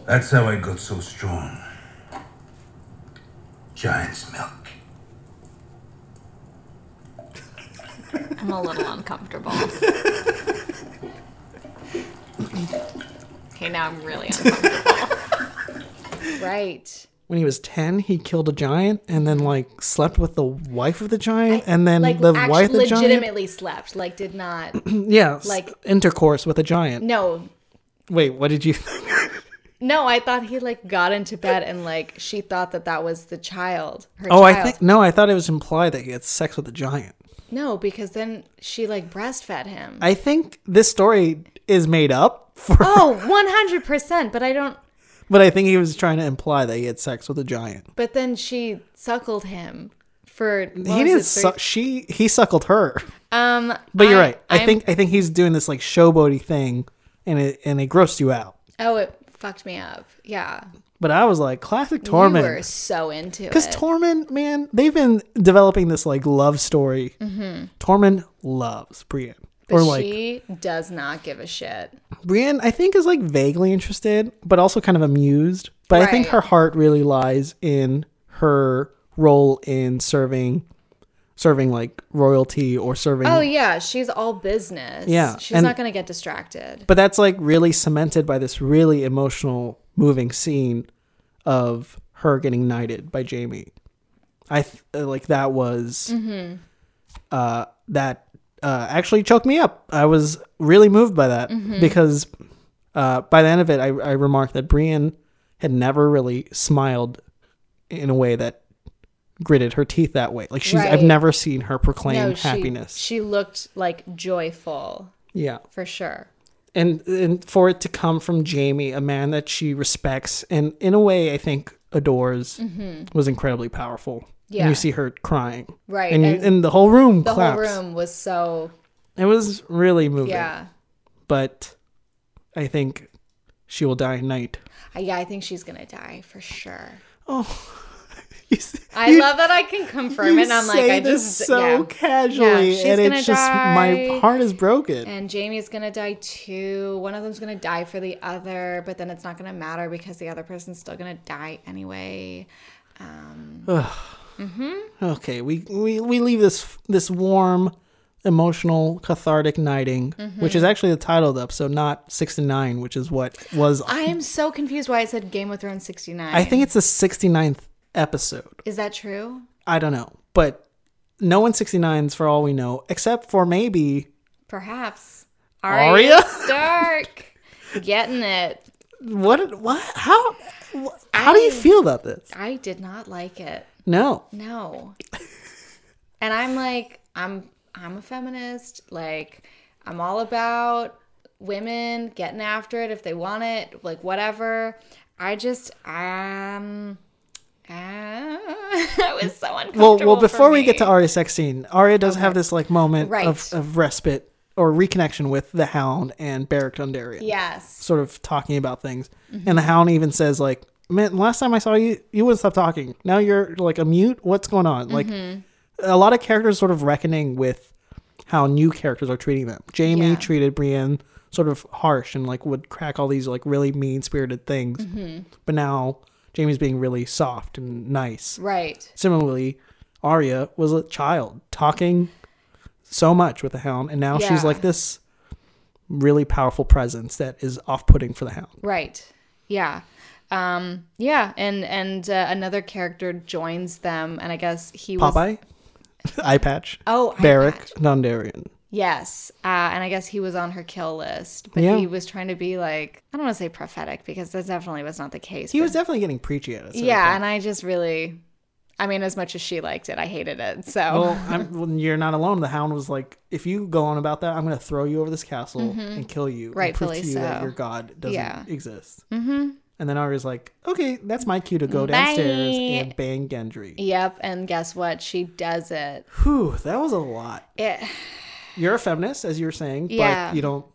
D: That's how I got so strong. Giant's milk.
E: I'm a little uncomfortable. okay, now I'm really uncomfortable.
C: Right.
A: When he was ten, he killed a giant, and then like slept with the wife of the giant, and then
C: Like
A: the
C: actually
A: wife of the giant.
C: legitimately slept. Like did not
A: Yeah, like
C: like-
A: intercourse with a giant.
C: No,
A: Wait, what did you?
C: No, I thought he like got into bed and like she thought that that was the child. Her
A: Oh, I
C: child.
A: think no. I thought it was implied that he had sex with a giant.
C: no, because then she like breastfed him.
A: I think this story is made up for,
C: Oh, 100%, but I don't
A: but I think he was trying to imply that he had sex with a giant.
C: but then she suckled him for what
A: he
C: was
A: didn't.
C: it, three-
A: suck she he suckled her.
C: um
A: But you're
C: I-
A: right. I
C: I'm-
A: think I think he's doing this like showboaty thing, and it and it grossed you out.
C: Oh, it fucked me up. Yeah.
A: But I was like, classic
C: You were
A: Torment.
C: so into it.
A: Because Torment, man, they've been developing this like love story.
C: Mm-hmm.
A: Torment loves Brienne,
C: but
A: or like
C: she does not give a shit.
A: Brienne, I think, is like vaguely interested, but also kind of amused. But I think
C: Right.
A: her heart really lies in her role in serving, serving like royalty or serving.
C: Oh yeah, she's all business.
A: Yeah,
C: She's
A: and-
C: not going to get distracted.
A: But that's like really cemented by this really emotional, moving scene of her getting knighted by Jamie. I th- uh, like that was
C: Mm-hmm.
A: uh, that uh, actually choked me up. I was really moved by that
C: Mm-hmm.
A: because uh, by the end of it, I, I remarked that Brienne had never really smiled in a way that gritted her teeth that way. Like she's, I've
C: Right.
A: never seen her proclaim
C: No, she,
A: happiness.
C: She looked like joyful
A: yeah.
C: for sure.
A: and and for it to come from Jamie, a man that she respects and in a way I think adores, was incredibly powerful. And
C: Mm-hmm. Yeah.
A: you see her crying,
C: Right,
A: And you,
C: and
A: and, the whole room
C: The
A: claps.
C: whole room was so
A: It was really moving.
C: yeah.
A: But I think she will die tonight.
C: I, yeah, I think she's gonna die for sure.
A: You s-
C: I
A: you-
C: love that I can confirm
A: you
C: it. and I'm like,
A: say
C: I
A: this
C: just
A: so
C: yeah.
A: casually,
C: Yeah, she's
A: and
C: gonna
A: it's just my
C: die.
A: heart is broken.
C: And Jamie's gonna die too. One of them's gonna die for the other, but then it's not gonna matter because the other person's still gonna die anyway.
A: Okay, we, we we leave this this warm, emotional, cathartic nighting,
C: Mm-hmm.
A: which is actually the title of the episode, not sixty nine, which is what was. I,
C: I am so confused why it said Game of Thrones 69.
A: think it's the 69th episode.
C: Is that true?
A: I don't know, but no one 69s for all we know, except for maybe
C: Perhaps.
A: Arya?
C: Arya Stark getting it.
A: what what how wh- how do you feel about this?
C: I did not like it.
A: No,
C: No. and I'm like, I'm I'm a feminist. Like, I'm all about women getting after it if they want it, like whatever. I just um ah, I was so uncomfortable.
A: well, well, before
C: for
A: we get
C: me.
A: to Arya's sex scene, Arya does have this like moment
C: Right.
A: of, of respite or reconnection with the Hound and Beric Dondarrion.
C: yes,
A: sort of talking about things. And the hound even says like, "Man, last time I saw you, you wouldn't stop talking. Now you're like a mute. What's going on?" Like a lot of characters sort of reckoning with how new characters are treating them. Jamie
C: Yeah.
A: treated Brienne sort of harsh and like would crack all these like really mean spirited things. But now Jamie's being really soft and nice.
C: right.
A: Similarly, Arya was a child talking so much with the hound, and now she's
C: Yeah.
A: like this really powerful presence that is off-putting for the hound.
C: Right. Yeah. Um yeah, and and uh, another character joins them and I guess he was
A: Popeye, eye patch,
C: Oh, Eye
A: Barrack
C: Patch.
A: Dondarrion.
C: Yes. Uh, and I guess he was on her kill list, but
A: Yeah.
C: he was trying to be like, I don't want to say prophetic because that definitely was not the case.
A: He
C: but-
A: was definitely getting preachy at us.
C: yeah. And I just really, I mean, as much as she liked it, I hated it. So,
A: Well, I'm, well, you're not alone. The hound was like, "If you go on about that, I'm going to throw you over this castle and kill you, and prove
C: Mm-hmm. Rightfully
A: to you that
C: so.
A: your god doesn't
C: Yeah.
A: exist." Mm-hmm. And then Arya's like, "Okay, that's my cue to go downstairs and bang Gendry."
C: yep. And guess what? She does it.
A: Whew, that was a lot.
C: It,
A: You're a feminist, as you were saying,
C: Yeah.
A: but you don't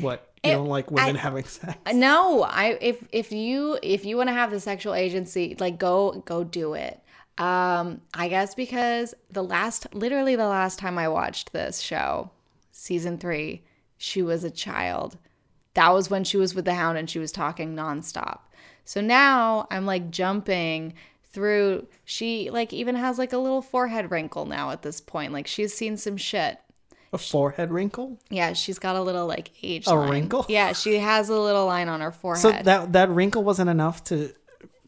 A: what you
C: It-
A: don't like women having sex.
C: no, I, if, if you, if you want to have the sexual agency, like go, go do it. Um, I guess because the last, literally the last time I watched this show, season three, she was a child. That was when she was with the hound and she was talking nonstop. So now I'm like jumping through. She like even has like a little forehead wrinkle now at this point. Like she's seen some shit.
A: A forehead wrinkle.
C: Yeah, she's got a little like age.
A: A
C: line.
A: wrinkle?
C: Yeah, she has a little line on her
A: So
C: forehead.
A: that that wrinkle wasn't enough to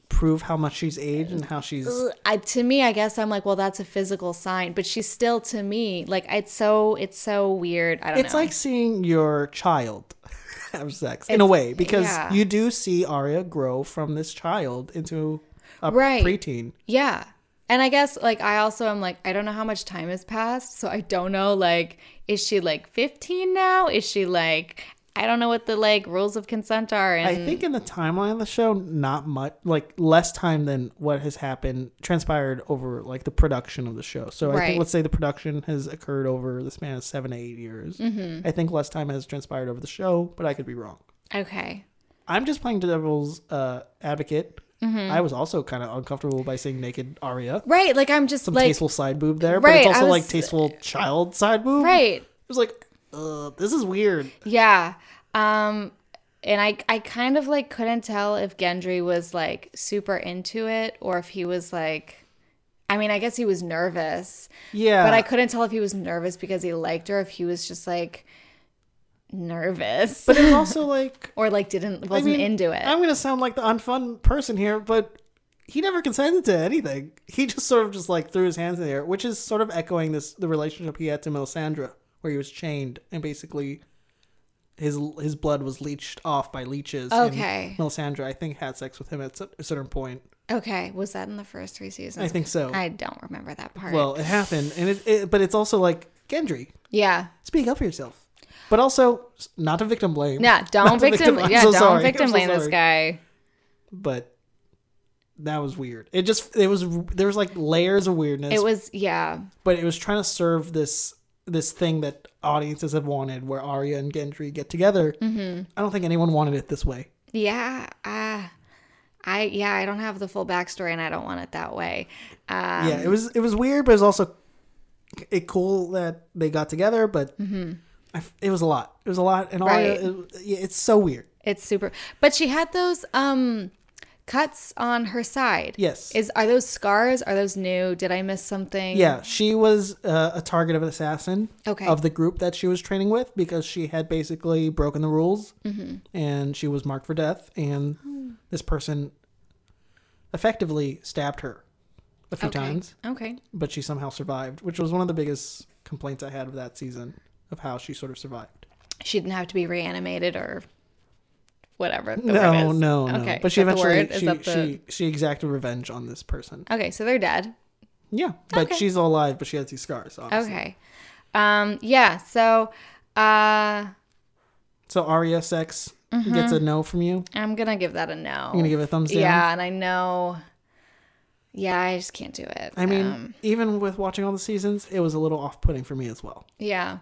A: prove how much she's aged and how she's.
C: I, to me, I guess I'm like, well, that's a physical sign, but she's still to me like it's so it's so weird. I don't
A: It's
C: know.
A: like seeing your child. have sex in a way because
C: yeah.
A: you do see Arya grow from this child into a
C: Right.
A: preteen.
C: Yeah. And I guess like I also am like I don't know how much time has passed, so I don't know like is she like 15 now? Is she like I don't know what the like rules of consent are and
A: I think in the timeline of the show, not much, like less time than what has happened transpired over like the production of the show. So I
C: Right.
A: think let's say the production has occurred over the span of seven to eight years.
C: Mm-hmm.
A: I think less time has transpired over the show, but I could be wrong.
C: okay.
A: I'm just playing devil's uh, advocate.
C: Mm-hmm.
A: I was also kind of uncomfortable by seeing naked Arya.
C: Right, like I'm just
A: Some
C: like
A: tasteful side boob there, but
C: Right,
A: it's
C: I
A: also like
C: was- uh,
A: tasteful child side boob.
C: right.
A: It was like, uh, this is weird.
C: Yeah. Um and I I kind of like couldn't tell if Gendry was like super into it or if he was like I mean, I guess he was nervous,
A: Yeah.
C: but I couldn't tell if he was nervous because he liked her, if he was just like nervous.
A: But it's also like
C: or like didn't wasn't
A: mean,
C: into it.
A: I'm gonna sound like the unfun person here, but he never consented to anything. He just sort of just like threw his hands in the air, which is sort of echoing this the relationship he had to Melisandre, where he was chained and basically his his blood was leached off by leeches. and
C: Okay.
A: Melisandre, I think, had sex with him at a certain point.
C: okay, was that in the first three seasons?
A: I think so.
C: I don't remember that part.
A: well, it happened, and it, it but it's also like Gendry,
C: yeah,
A: speak up for yourself. But also, not to victim blame.
C: yeah. Don't
A: Not to
C: victim.
A: I'm
C: yeah,
A: so
C: don't
A: sorry. I'm
C: victim
A: so
C: blame this
A: sorry.
C: guy.
A: but that was weird. It just it was there was like layers of weirdness,
C: It was yeah,
A: but it was trying to serve this this thing that audiences have wanted, where Arya and Gendry get together. Mm-hmm. I don't think anyone wanted it this way.
C: yeah. Uh, I yeah, I don't have the full backstory, and I don't want it that way. Uh,
A: yeah, it was it was weird, but it was also it cool that they got together. But
C: Mm-hmm.
A: I f it was a lot. It was a lot, and Arya, it- yeah, it's so weird.
C: It's super. But she had those um cuts on her side.
A: Yes.
C: Is are those scars? Are those new? Did I miss something?
A: Yeah, she was uh, a target of an assassin
C: Okay.
A: of the group that she was training with because she had basically broken the rules
C: Mm-hmm.
A: and she was marked for death.
C: Oh.
A: And this person effectively stabbed her a few
C: Okay.
A: times,
C: Okay.
A: but she somehow survived, which was one of the biggest complaints I had of that season of how she sort of survived.
C: she didn't have to be reanimated or whatever. The
A: no,
C: word is.
A: no, no.
C: Okay,
A: But she
C: is that the
A: eventually
C: word? Is
A: she,
C: that the-
A: she she exacted revenge on this person.
C: Okay, so they're dead.
A: Yeah, but
C: Okay.
A: she's all alive, but she has these scars. Obviously.
C: Okay. Um. Yeah. So, uh,
A: So Arya sex
C: Mm-hmm.
A: gets a no from you.
C: I'm gonna give that a no.
A: I'm gonna give it a thumbs down.
C: yeah, and I know. Yeah, I just can't do it.
A: I mean,
C: Um,
A: even with watching all the seasons, it was a little off-putting for me as well.
C: yeah,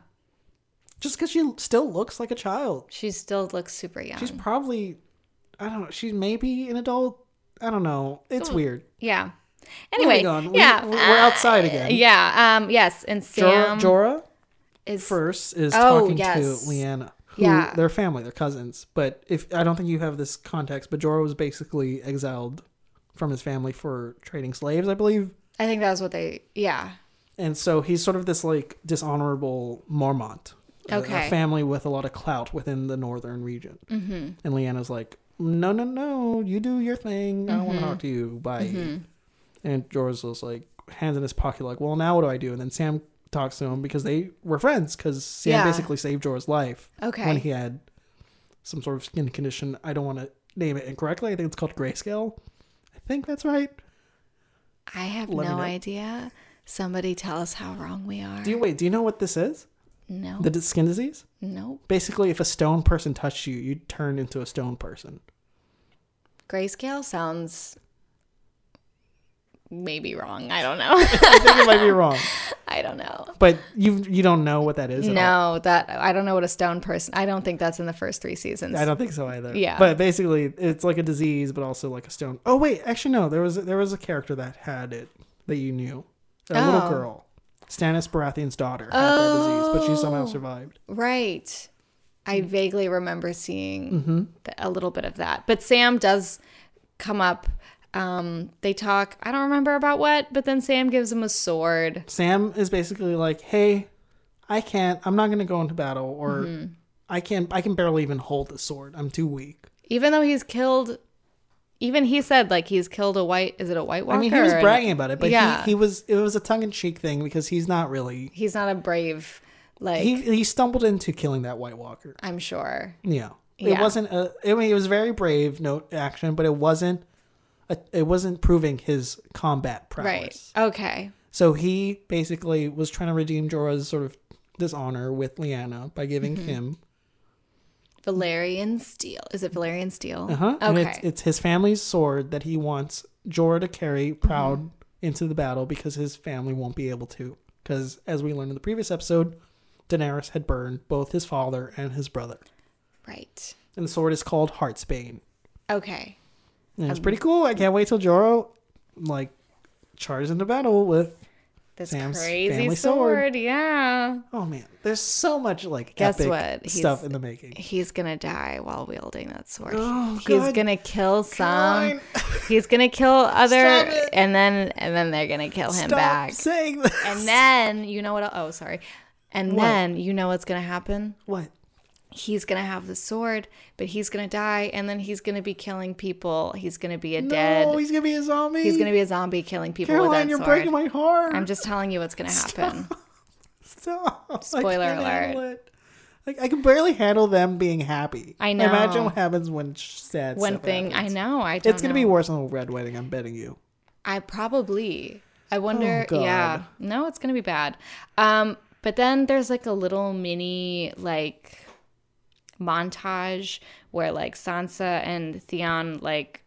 A: Just because she still looks like a child.
C: she still looks super young.
A: She's probably, I don't know, she's maybe an adult. I don't know. It's weird.
C: yeah. Mm. Anyway,
A: Moving on. We-
C: yeah, uh,
A: we're outside again.
C: Yeah. Um. Yes. And
A: Jorah,
C: Sam
A: Jorah
C: is
A: first is
C: Oh,
A: talking
C: yes.
A: to Lyanna. Who,
C: Yeah.
A: They're family, they're cousins. But if I don't think you have this context, but Jorah was basically exiled from his family for trading slaves, I believe.
C: I think that was what they. Yeah.
A: And so he's sort of this like dishonorable Mormont, a-
C: Okay.
A: a family with a lot of clout within the northern region. Mm-hmm. And Leanna's like, no, no, no, you do your thing. I don't want to
C: Mm-hmm.
A: talk to you. Bye. And Jorah's just like hands in his pocket, like, well, now what do I do? And then Sam talks to him because they were friends because Sam
C: Yeah.
A: basically saved Jorah's life
C: Okay.
A: when he had some sort of skin condition. I don't want to name it incorrectly. I think it's called grayscale. I think that's right.
C: I have
A: Let me
C: no
A: know.
C: idea. Somebody tell us how wrong we are.
A: Do you wait? Do you know what this is?
C: no.
A: The d- skin disease?
C: nope.
A: basically if a stone person touched you you'd turn into a stone person
C: Grayscale sounds maybe wrong. I don't know.
A: i think you might be wrong
C: I don't know.
A: but you you don't know what that is at all.
C: No, that I don't know what a stone person. I don't think that's in the first three seasons.
A: i don't think so either
C: Yeah.
A: but basically it's like a disease but also like a stone oh wait actually no there was there was a character that had it that you knew a
C: Oh.
A: little girl Stannis Baratheon's daughter had that disease, but she
C: Oh.
A: somehow survived.
C: Right. I
A: Mm-hmm.
C: vaguely remember seeing th- a little bit of that. But Sam does come up. Um, they talk. I don't remember about what, but then Sam gives him a sword.
A: Sam is basically like, "Hey, I can't. I'm not going to go into battle, or
C: Mm-hmm.
A: I can. I can barely even hold the sword. I'm too weak."
C: even though he's killed even he said like he's killed a white is it a white walker
A: I mean, he was
C: or an-
A: bragging about it, but
C: Yeah.
A: he, he was it was a tongue in cheek thing because he's not really
C: he's not a brave like
A: he he stumbled into killing that White Walker.
C: i'm sure
A: Yeah, It
C: Yeah.
A: wasn't a. I mean, it was very brave no action, but it wasn't. A, it wasn't proving his combat prowess.
C: Right.
F: Okay.
A: So he basically was trying to redeem Jorah's sort of dishonor with Lyanna by giving
C: Mm-hmm.
A: him.
C: Valerian steel. Is it Valerian steel?
A: Uh huh. And it's,
F: Okay.
A: it's his family's sword that he wants Jorah to carry proud
C: Mm-hmm.
A: into the battle because his family won't be able to. Because as we learned in the previous episode, Daenerys had burned both his father and his brother,
F: Right.
A: and the sword is called Heartsbane.
F: Okay.
A: And
C: Um,
A: it's pretty cool. I can't wait till Jorah like charges into battle with.
C: This
A: Sam's
C: crazy
A: family
C: sword.
A: sword.
C: Yeah.
A: Oh man, there's so much like
C: Guess
A: epic
C: what? He's-
A: stuff in the making.
C: He's gonna die while wielding that sword.
A: Oh,
C: he's
A: God.
C: gonna kill some.
A: Caroline.
C: He's gonna kill other,
A: Stop it.
C: and then and then they're gonna kill him
A: Stop
C: back.
A: saying that.
C: And then you know what? Oh, sorry. And
A: What?
C: then you know what's gonna happen?
A: what?
C: He's gonna have the sword, but he's gonna die, and then he's gonna be killing people. He's gonna be a
A: No,
C: dead.
A: he's gonna be a zombie.
C: He's gonna be a zombie killing people with
A: Caroline,
C: that
A: you're
C: sword.
A: breaking my heart.
C: I'm just telling you what's gonna happen.
A: Stop. I
C: Spoiler
A: can't handle
C: alert.
A: it. Like I can barely handle them being happy.
C: I know.
A: Imagine what happens when sh- sad.
C: One
A: stuff
C: thing
A: happens.
C: I know, I don't
A: It's gonna
C: know.
A: be worse than a red wedding. I'm betting you.
C: I probably. I wonder.
A: Oh, God.
C: yeah. No, it's gonna be bad. Um, but then there's like a little mini like montage where like Sansa and Theon like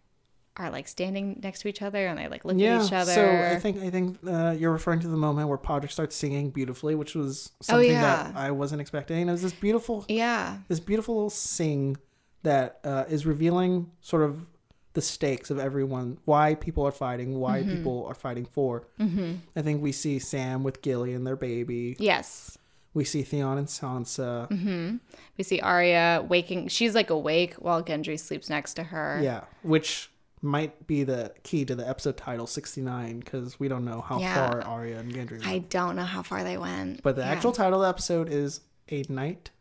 C: are like standing next to each other and they like look
A: Yeah.
C: at each other.
A: So I think I think uh, you're referring to the moment where Podrick starts singing beautifully, which was
C: Oh,
A: something that I wasn't expecting. It was this beautiful
C: yeah.
A: this beautiful little sing that uh, is revealing sort of the stakes of everyone, why people are fighting, why
C: Mm-hmm.
A: people are fighting for. Mm-hmm. I think we see Sam with Gilly and their baby.
C: Yes.
A: We see Theon and Sansa.
C: Mm-hmm. We see Arya waking. She's like awake while Gendry sleeps next to her.
A: Yeah, which might be the key to the episode title 69 because we don't know how
C: Yeah.
A: far Arya and Gendry went.
C: I don't know how far they went.
A: But the actual title of the episode is A Night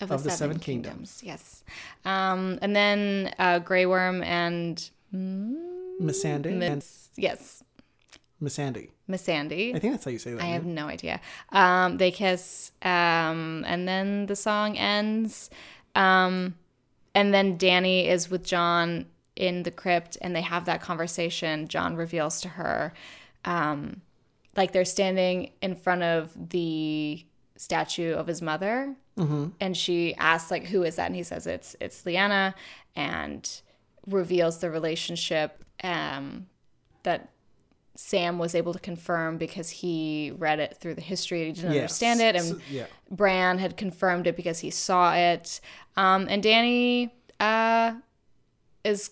C: of
A: the Seven Kingdoms.
C: Yes. Um, and then uh, Grey Worm and
A: Missandei and
C: Miss, yes,
A: Missandei.
C: Miss Sandy.
A: I think that's how you say that.
C: I
A: name.
C: have no idea. Um, they kiss, um, and then the song ends. Um, and then Danny is with John in the crypt, and they have that conversation. John reveals to her, um, like they're standing in front of the statue of his mother,
A: Mm-hmm.
C: and she asks, like, "Who is that?" And he says, "It's it's Leanna," and reveals the relationship. Um, that Sam was able to confirm because he read it through the history. He didn't
A: Yes.
C: understand it, and
A: So- yeah.
C: Bran had confirmed it because he saw it. Um, and Danny uh, is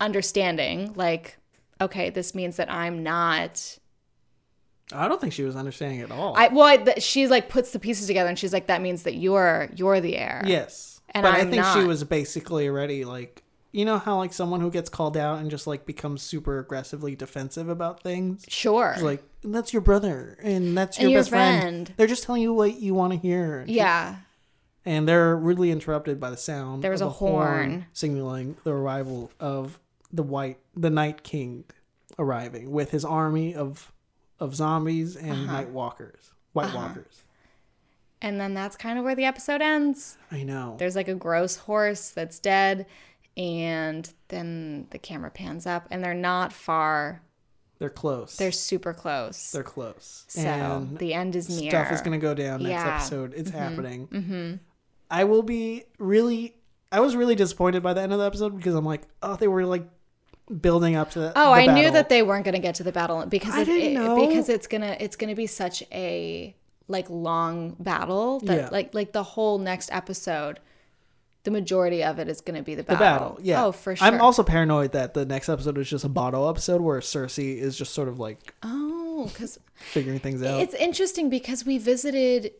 C: understanding, like, okay, this means that I'm not.
A: I don't think she was understanding at all.
C: I well, I, th- she like puts the pieces together, and she's like, that means that you're you're the heir.
A: Yes.
C: And
A: but i
C: I'm
A: think she
C: not.
A: was basically already like you know how like someone who gets called out and just like becomes super aggressively defensive about things?
C: sure.
A: She's Like "And that's your brother and that's your,
C: And your
A: best friend.
C: friend.
A: They're just telling you what you want to hear. And she-
C: yeah,
A: And they're rudely interrupted by the sound.
C: There was
A: of
C: a horn.
A: signaling the arrival of the white the Night King arriving with his army of of zombies and
C: Uh-huh.
A: night walkers. White walkers.
C: and then that's kind of where the episode ends.
A: I know.
C: There's like a gross horse that's dead, and then the camera pans up, and they're not far.
A: They're close.
C: They're super close.
A: they're close.
C: so the end is near.
A: stuff is going to go down next
C: Yeah. Mm-hmm.
A: episode. It's happening. I will be really. I was really disappointed by the end of the episode because I'm like, oh, they were like building up to that.
C: Oh, I knew that they weren't going to get to the battle because
A: I
C: it,
A: didn't
C: it-
A: know.
C: because it's gonna it's gonna be such a like long battle that
A: Yeah.
C: like like the whole next episode, the majority of it is going to be the
A: the
C: battle.
A: battle. Yeah.
C: Oh, for sure.
A: I'm also paranoid that the next episode is just a bottle episode where Cersei is just sort of like
C: oh because
A: figuring things out.
C: it's interesting because we visited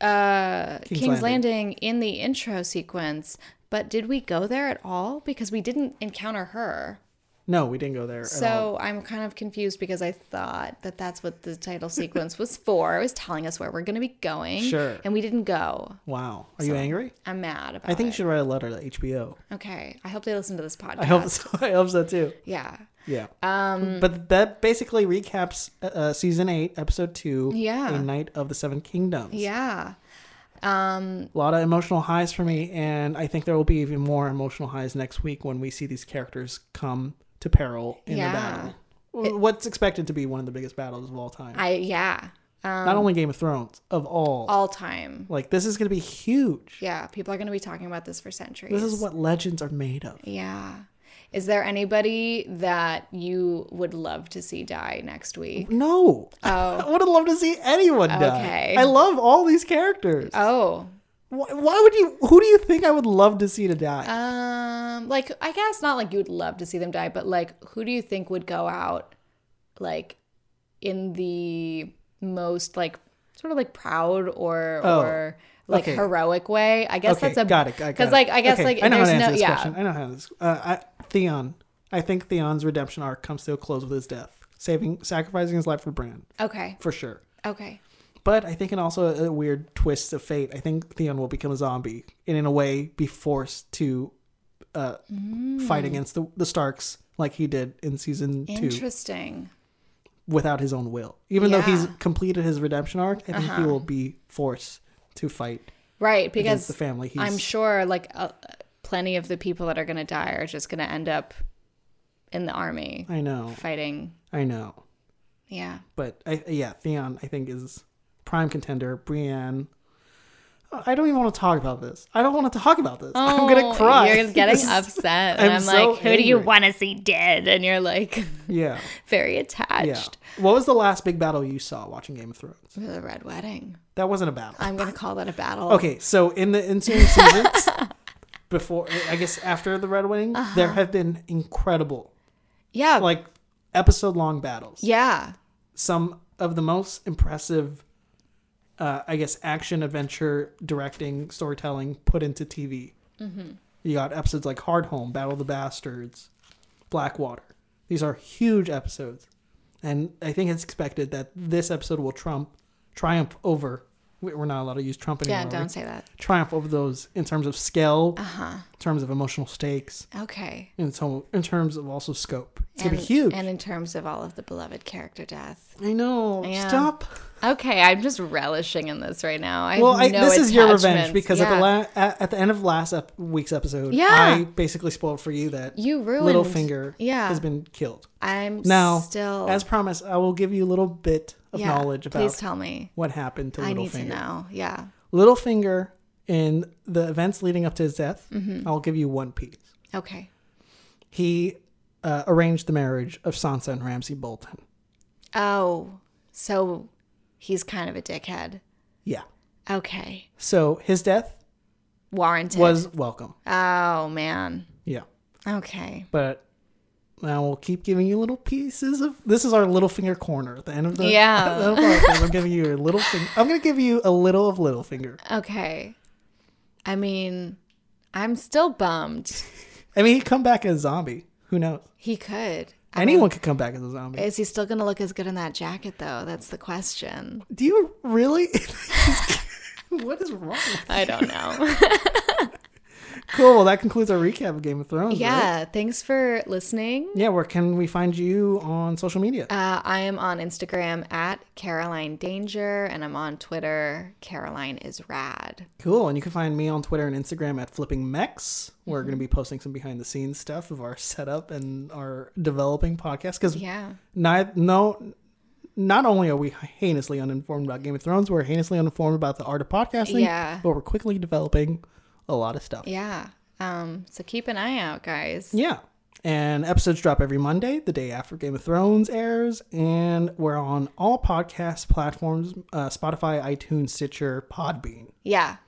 C: uh
A: Landing.
C: King's, Landing. in the intro sequence, but did we go there at all? Because we didn't encounter her.
A: no, we didn't go there. at all.
C: So I'm kind of confused because I thought that that's what the title sequence was for. It was telling us where we're going to be going.
A: Sure.
C: And we didn't go.
A: wow, are you angry?
C: I'm mad about
A: I think you
C: it.
A: should write a letter to HBO.
C: Okay. I hope they listen to this podcast.
A: I hope so. I hope so too.
C: Yeah.
A: Yeah. Um, but that basically recaps uh, uh, season eight, episode two.
C: Yeah.
A: A Night of the Seven Kingdoms.
C: Yeah. Um,
A: A lot of emotional highs for me, and I think there will be even more emotional highs next week when we see these characters come to peril in
C: Yeah.
A: the battle. W- What's expected to be one of the biggest battles of all time.
C: I yeah, um,
A: Not only Game of Thrones, of all.
C: all time.
A: Like, this is going to be huge.
C: Yeah, people are going to be talking about this for centuries.
A: This is what legends are made of.
C: Yeah. Is there anybody that you would love to see die next week?
A: No. I would have loved to see anyone die.
C: Oh. Okay.
A: I love all these characters.
C: Oh,
A: why, why would you? Who do you think I would love to see to die?
C: um, like I guess not like you would love to see them die, but like who do you think would go out like in the most like sort of like proud or
A: Oh,
C: or like
A: okay.
C: heroic way? I guess
A: okay,
C: that's a
A: got it. Because
C: Because like I guess like
A: I know
C: there's
A: how to answer
C: no
A: this
C: yeah
A: question. I know how this. Uh, I, Theon. I think Theon's redemption arc comes to a close with his death, saving, sacrificing his life for Bran
C: okay
A: for sure.
C: okay
A: But I think in also a weird twist of fate, I think Theon will become a zombie and in a way be forced to uh,
C: Mm.
A: fight against the, the Starks like he did in season two.
C: interesting
A: without his own will. Even though he's
C: Yeah. Uh-huh.
A: completed his redemption arc, I think he will be forced to fight
C: right
A: against
C: because
A: the family. He's,
C: I'm sure like uh, plenty of the people that are going to die are just going to end up in the army
A: I know.
C: fighting.
A: I know.
C: Yeah.
A: But I, yeah, Theon, I think, is prime contender. Brienne. I don't even want to talk about this. I don't want to talk about this. I'm going
C: Oh,
A: to cry.
C: You're getting
A: This is-
C: upset. And
A: I'm
C: I'm,
A: so
C: like, who do you
A: angry."
C: want to see dead? And you're like
A: Yeah.
C: very
A: Yeah.
C: attached.
A: What was the last big battle you saw watching Game of Thrones?
C: The Red Wedding.
A: That wasn't a battle.
C: I'm going to call that a battle.
A: Okay, so in the ensuing seasons, before, I guess after the Red Wedding,
C: Uh-huh.
A: there have been incredible
C: Yeah.
A: like episode long battles.
C: yeah.
A: Some of the most impressive, uh, I guess, action adventure directing, storytelling put into TV.
C: Mm-hmm.
A: You got episodes like Hard Home, Battle of the Bastards, Blackwater. These are huge episodes, and I think it's expected that this episode will trump triumph over. we- We're not allowed to use Trump anymore.
C: Yeah.
A: right?
C: Don't say that.
A: Triumph over those in terms of scale, uh-huh. in terms of emotional stakes,
C: Okay.
A: and so in terms of also scope. It's gonna
C: and,
A: be huge.
C: And in terms of all of the beloved character death.
A: I know.
C: Yeah.
A: Stop.
C: Okay. I'm just relishing in this right now. I
A: Well,
C: have
A: I,
C: no
A: this is your revenge
C: attachments.
A: because at
C: Yeah.
A: the la- at, at the end of last ep- week's episode,
C: Yeah.
A: I basically spoiled for you that
C: You ruined.
A: Littlefinger
C: Yeah.
A: has been killed.
C: I'm
A: Now,
C: still
A: as promised, I will give you a little bit of
C: Yeah,
A: knowledge about
C: Please tell me.
A: what happened to
C: I
A: Littlefinger.
C: need to know. Yeah.
A: Littlefinger in the events leading up to his death.
C: Mm-hmm.
A: I'll give you one piece.
C: Okay.
A: He uh, arranged the marriage of Sansa and Ramsay Bolton.
C: Oh, so he's kind of a dickhead.
A: Yeah.
C: Okay.
A: So his death
C: Warranted.
A: was welcome.
C: oh man.
A: Yeah.
C: Okay.
A: but I will keep giving you little pieces of. This is our little finger corner at the end of the.
C: Yeah.
A: at the end of our thing, I'm giving you a little. Finger, I'm gonna give you a little of little finger.
C: Okay. I mean, I'm still bummed.
A: I mean, he come back as a zombie. Who knows?
C: He could. I mean,
A: Anyone could come back as a zombie.
C: is he still gonna look as good in that jacket though? That's the question.
A: Do you really? what is wrong?
C: I don't know.
A: Cool. That concludes our recap of Game of Thrones. right?
C: yeah. Thanks for listening.
A: Yeah. Where can we find you on social media?
C: Uh, I am on Instagram at Caroline Danger, and I'm on Twitter. Caroline is rad.
A: Cool. And you can find me on Twitter and Instagram at Flipping Mex. We're
C: Mm-hmm.
A: going to be posting some behind the scenes stuff of our setup and our developing podcast because
C: Yeah.
A: Neither, no, not only are we heinously uninformed about Game of Thrones, we're heinously uninformed about the art of podcasting.
C: Yeah.
A: But we're quickly developing a lot of stuff.
C: Yeah. Um, so keep an eye out, guys.
A: Yeah. And episodes drop every Monday, the day after Game of Thrones airs. And we're on all podcast platforms uh, Spotify, iTunes, Stitcher, Podbean.
C: Yeah.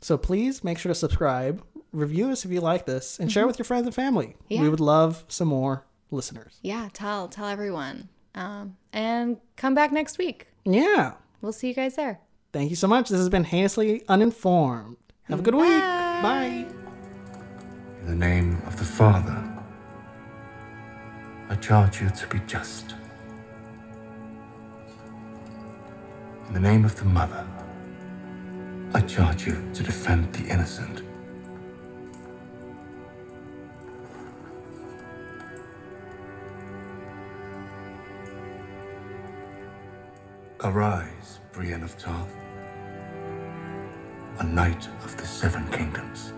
A: So please make sure to subscribe, review us if you like this, and share with your friends and family.
C: Mm-hmm. Yeah.
A: We would love some more listeners.
C: Yeah. Tell tell everyone. Um, and come back next week.
A: Yeah.
C: We'll see you guys there.
A: Thank you so much. This has been Heinously Uninformed. Have a good week. Bye.
D: In the name of the Father, I charge you to be just. In the name of the Mother, I charge you to defend the innocent. Arise, Brienne of Tarth. a knight of the Seven Kingdoms.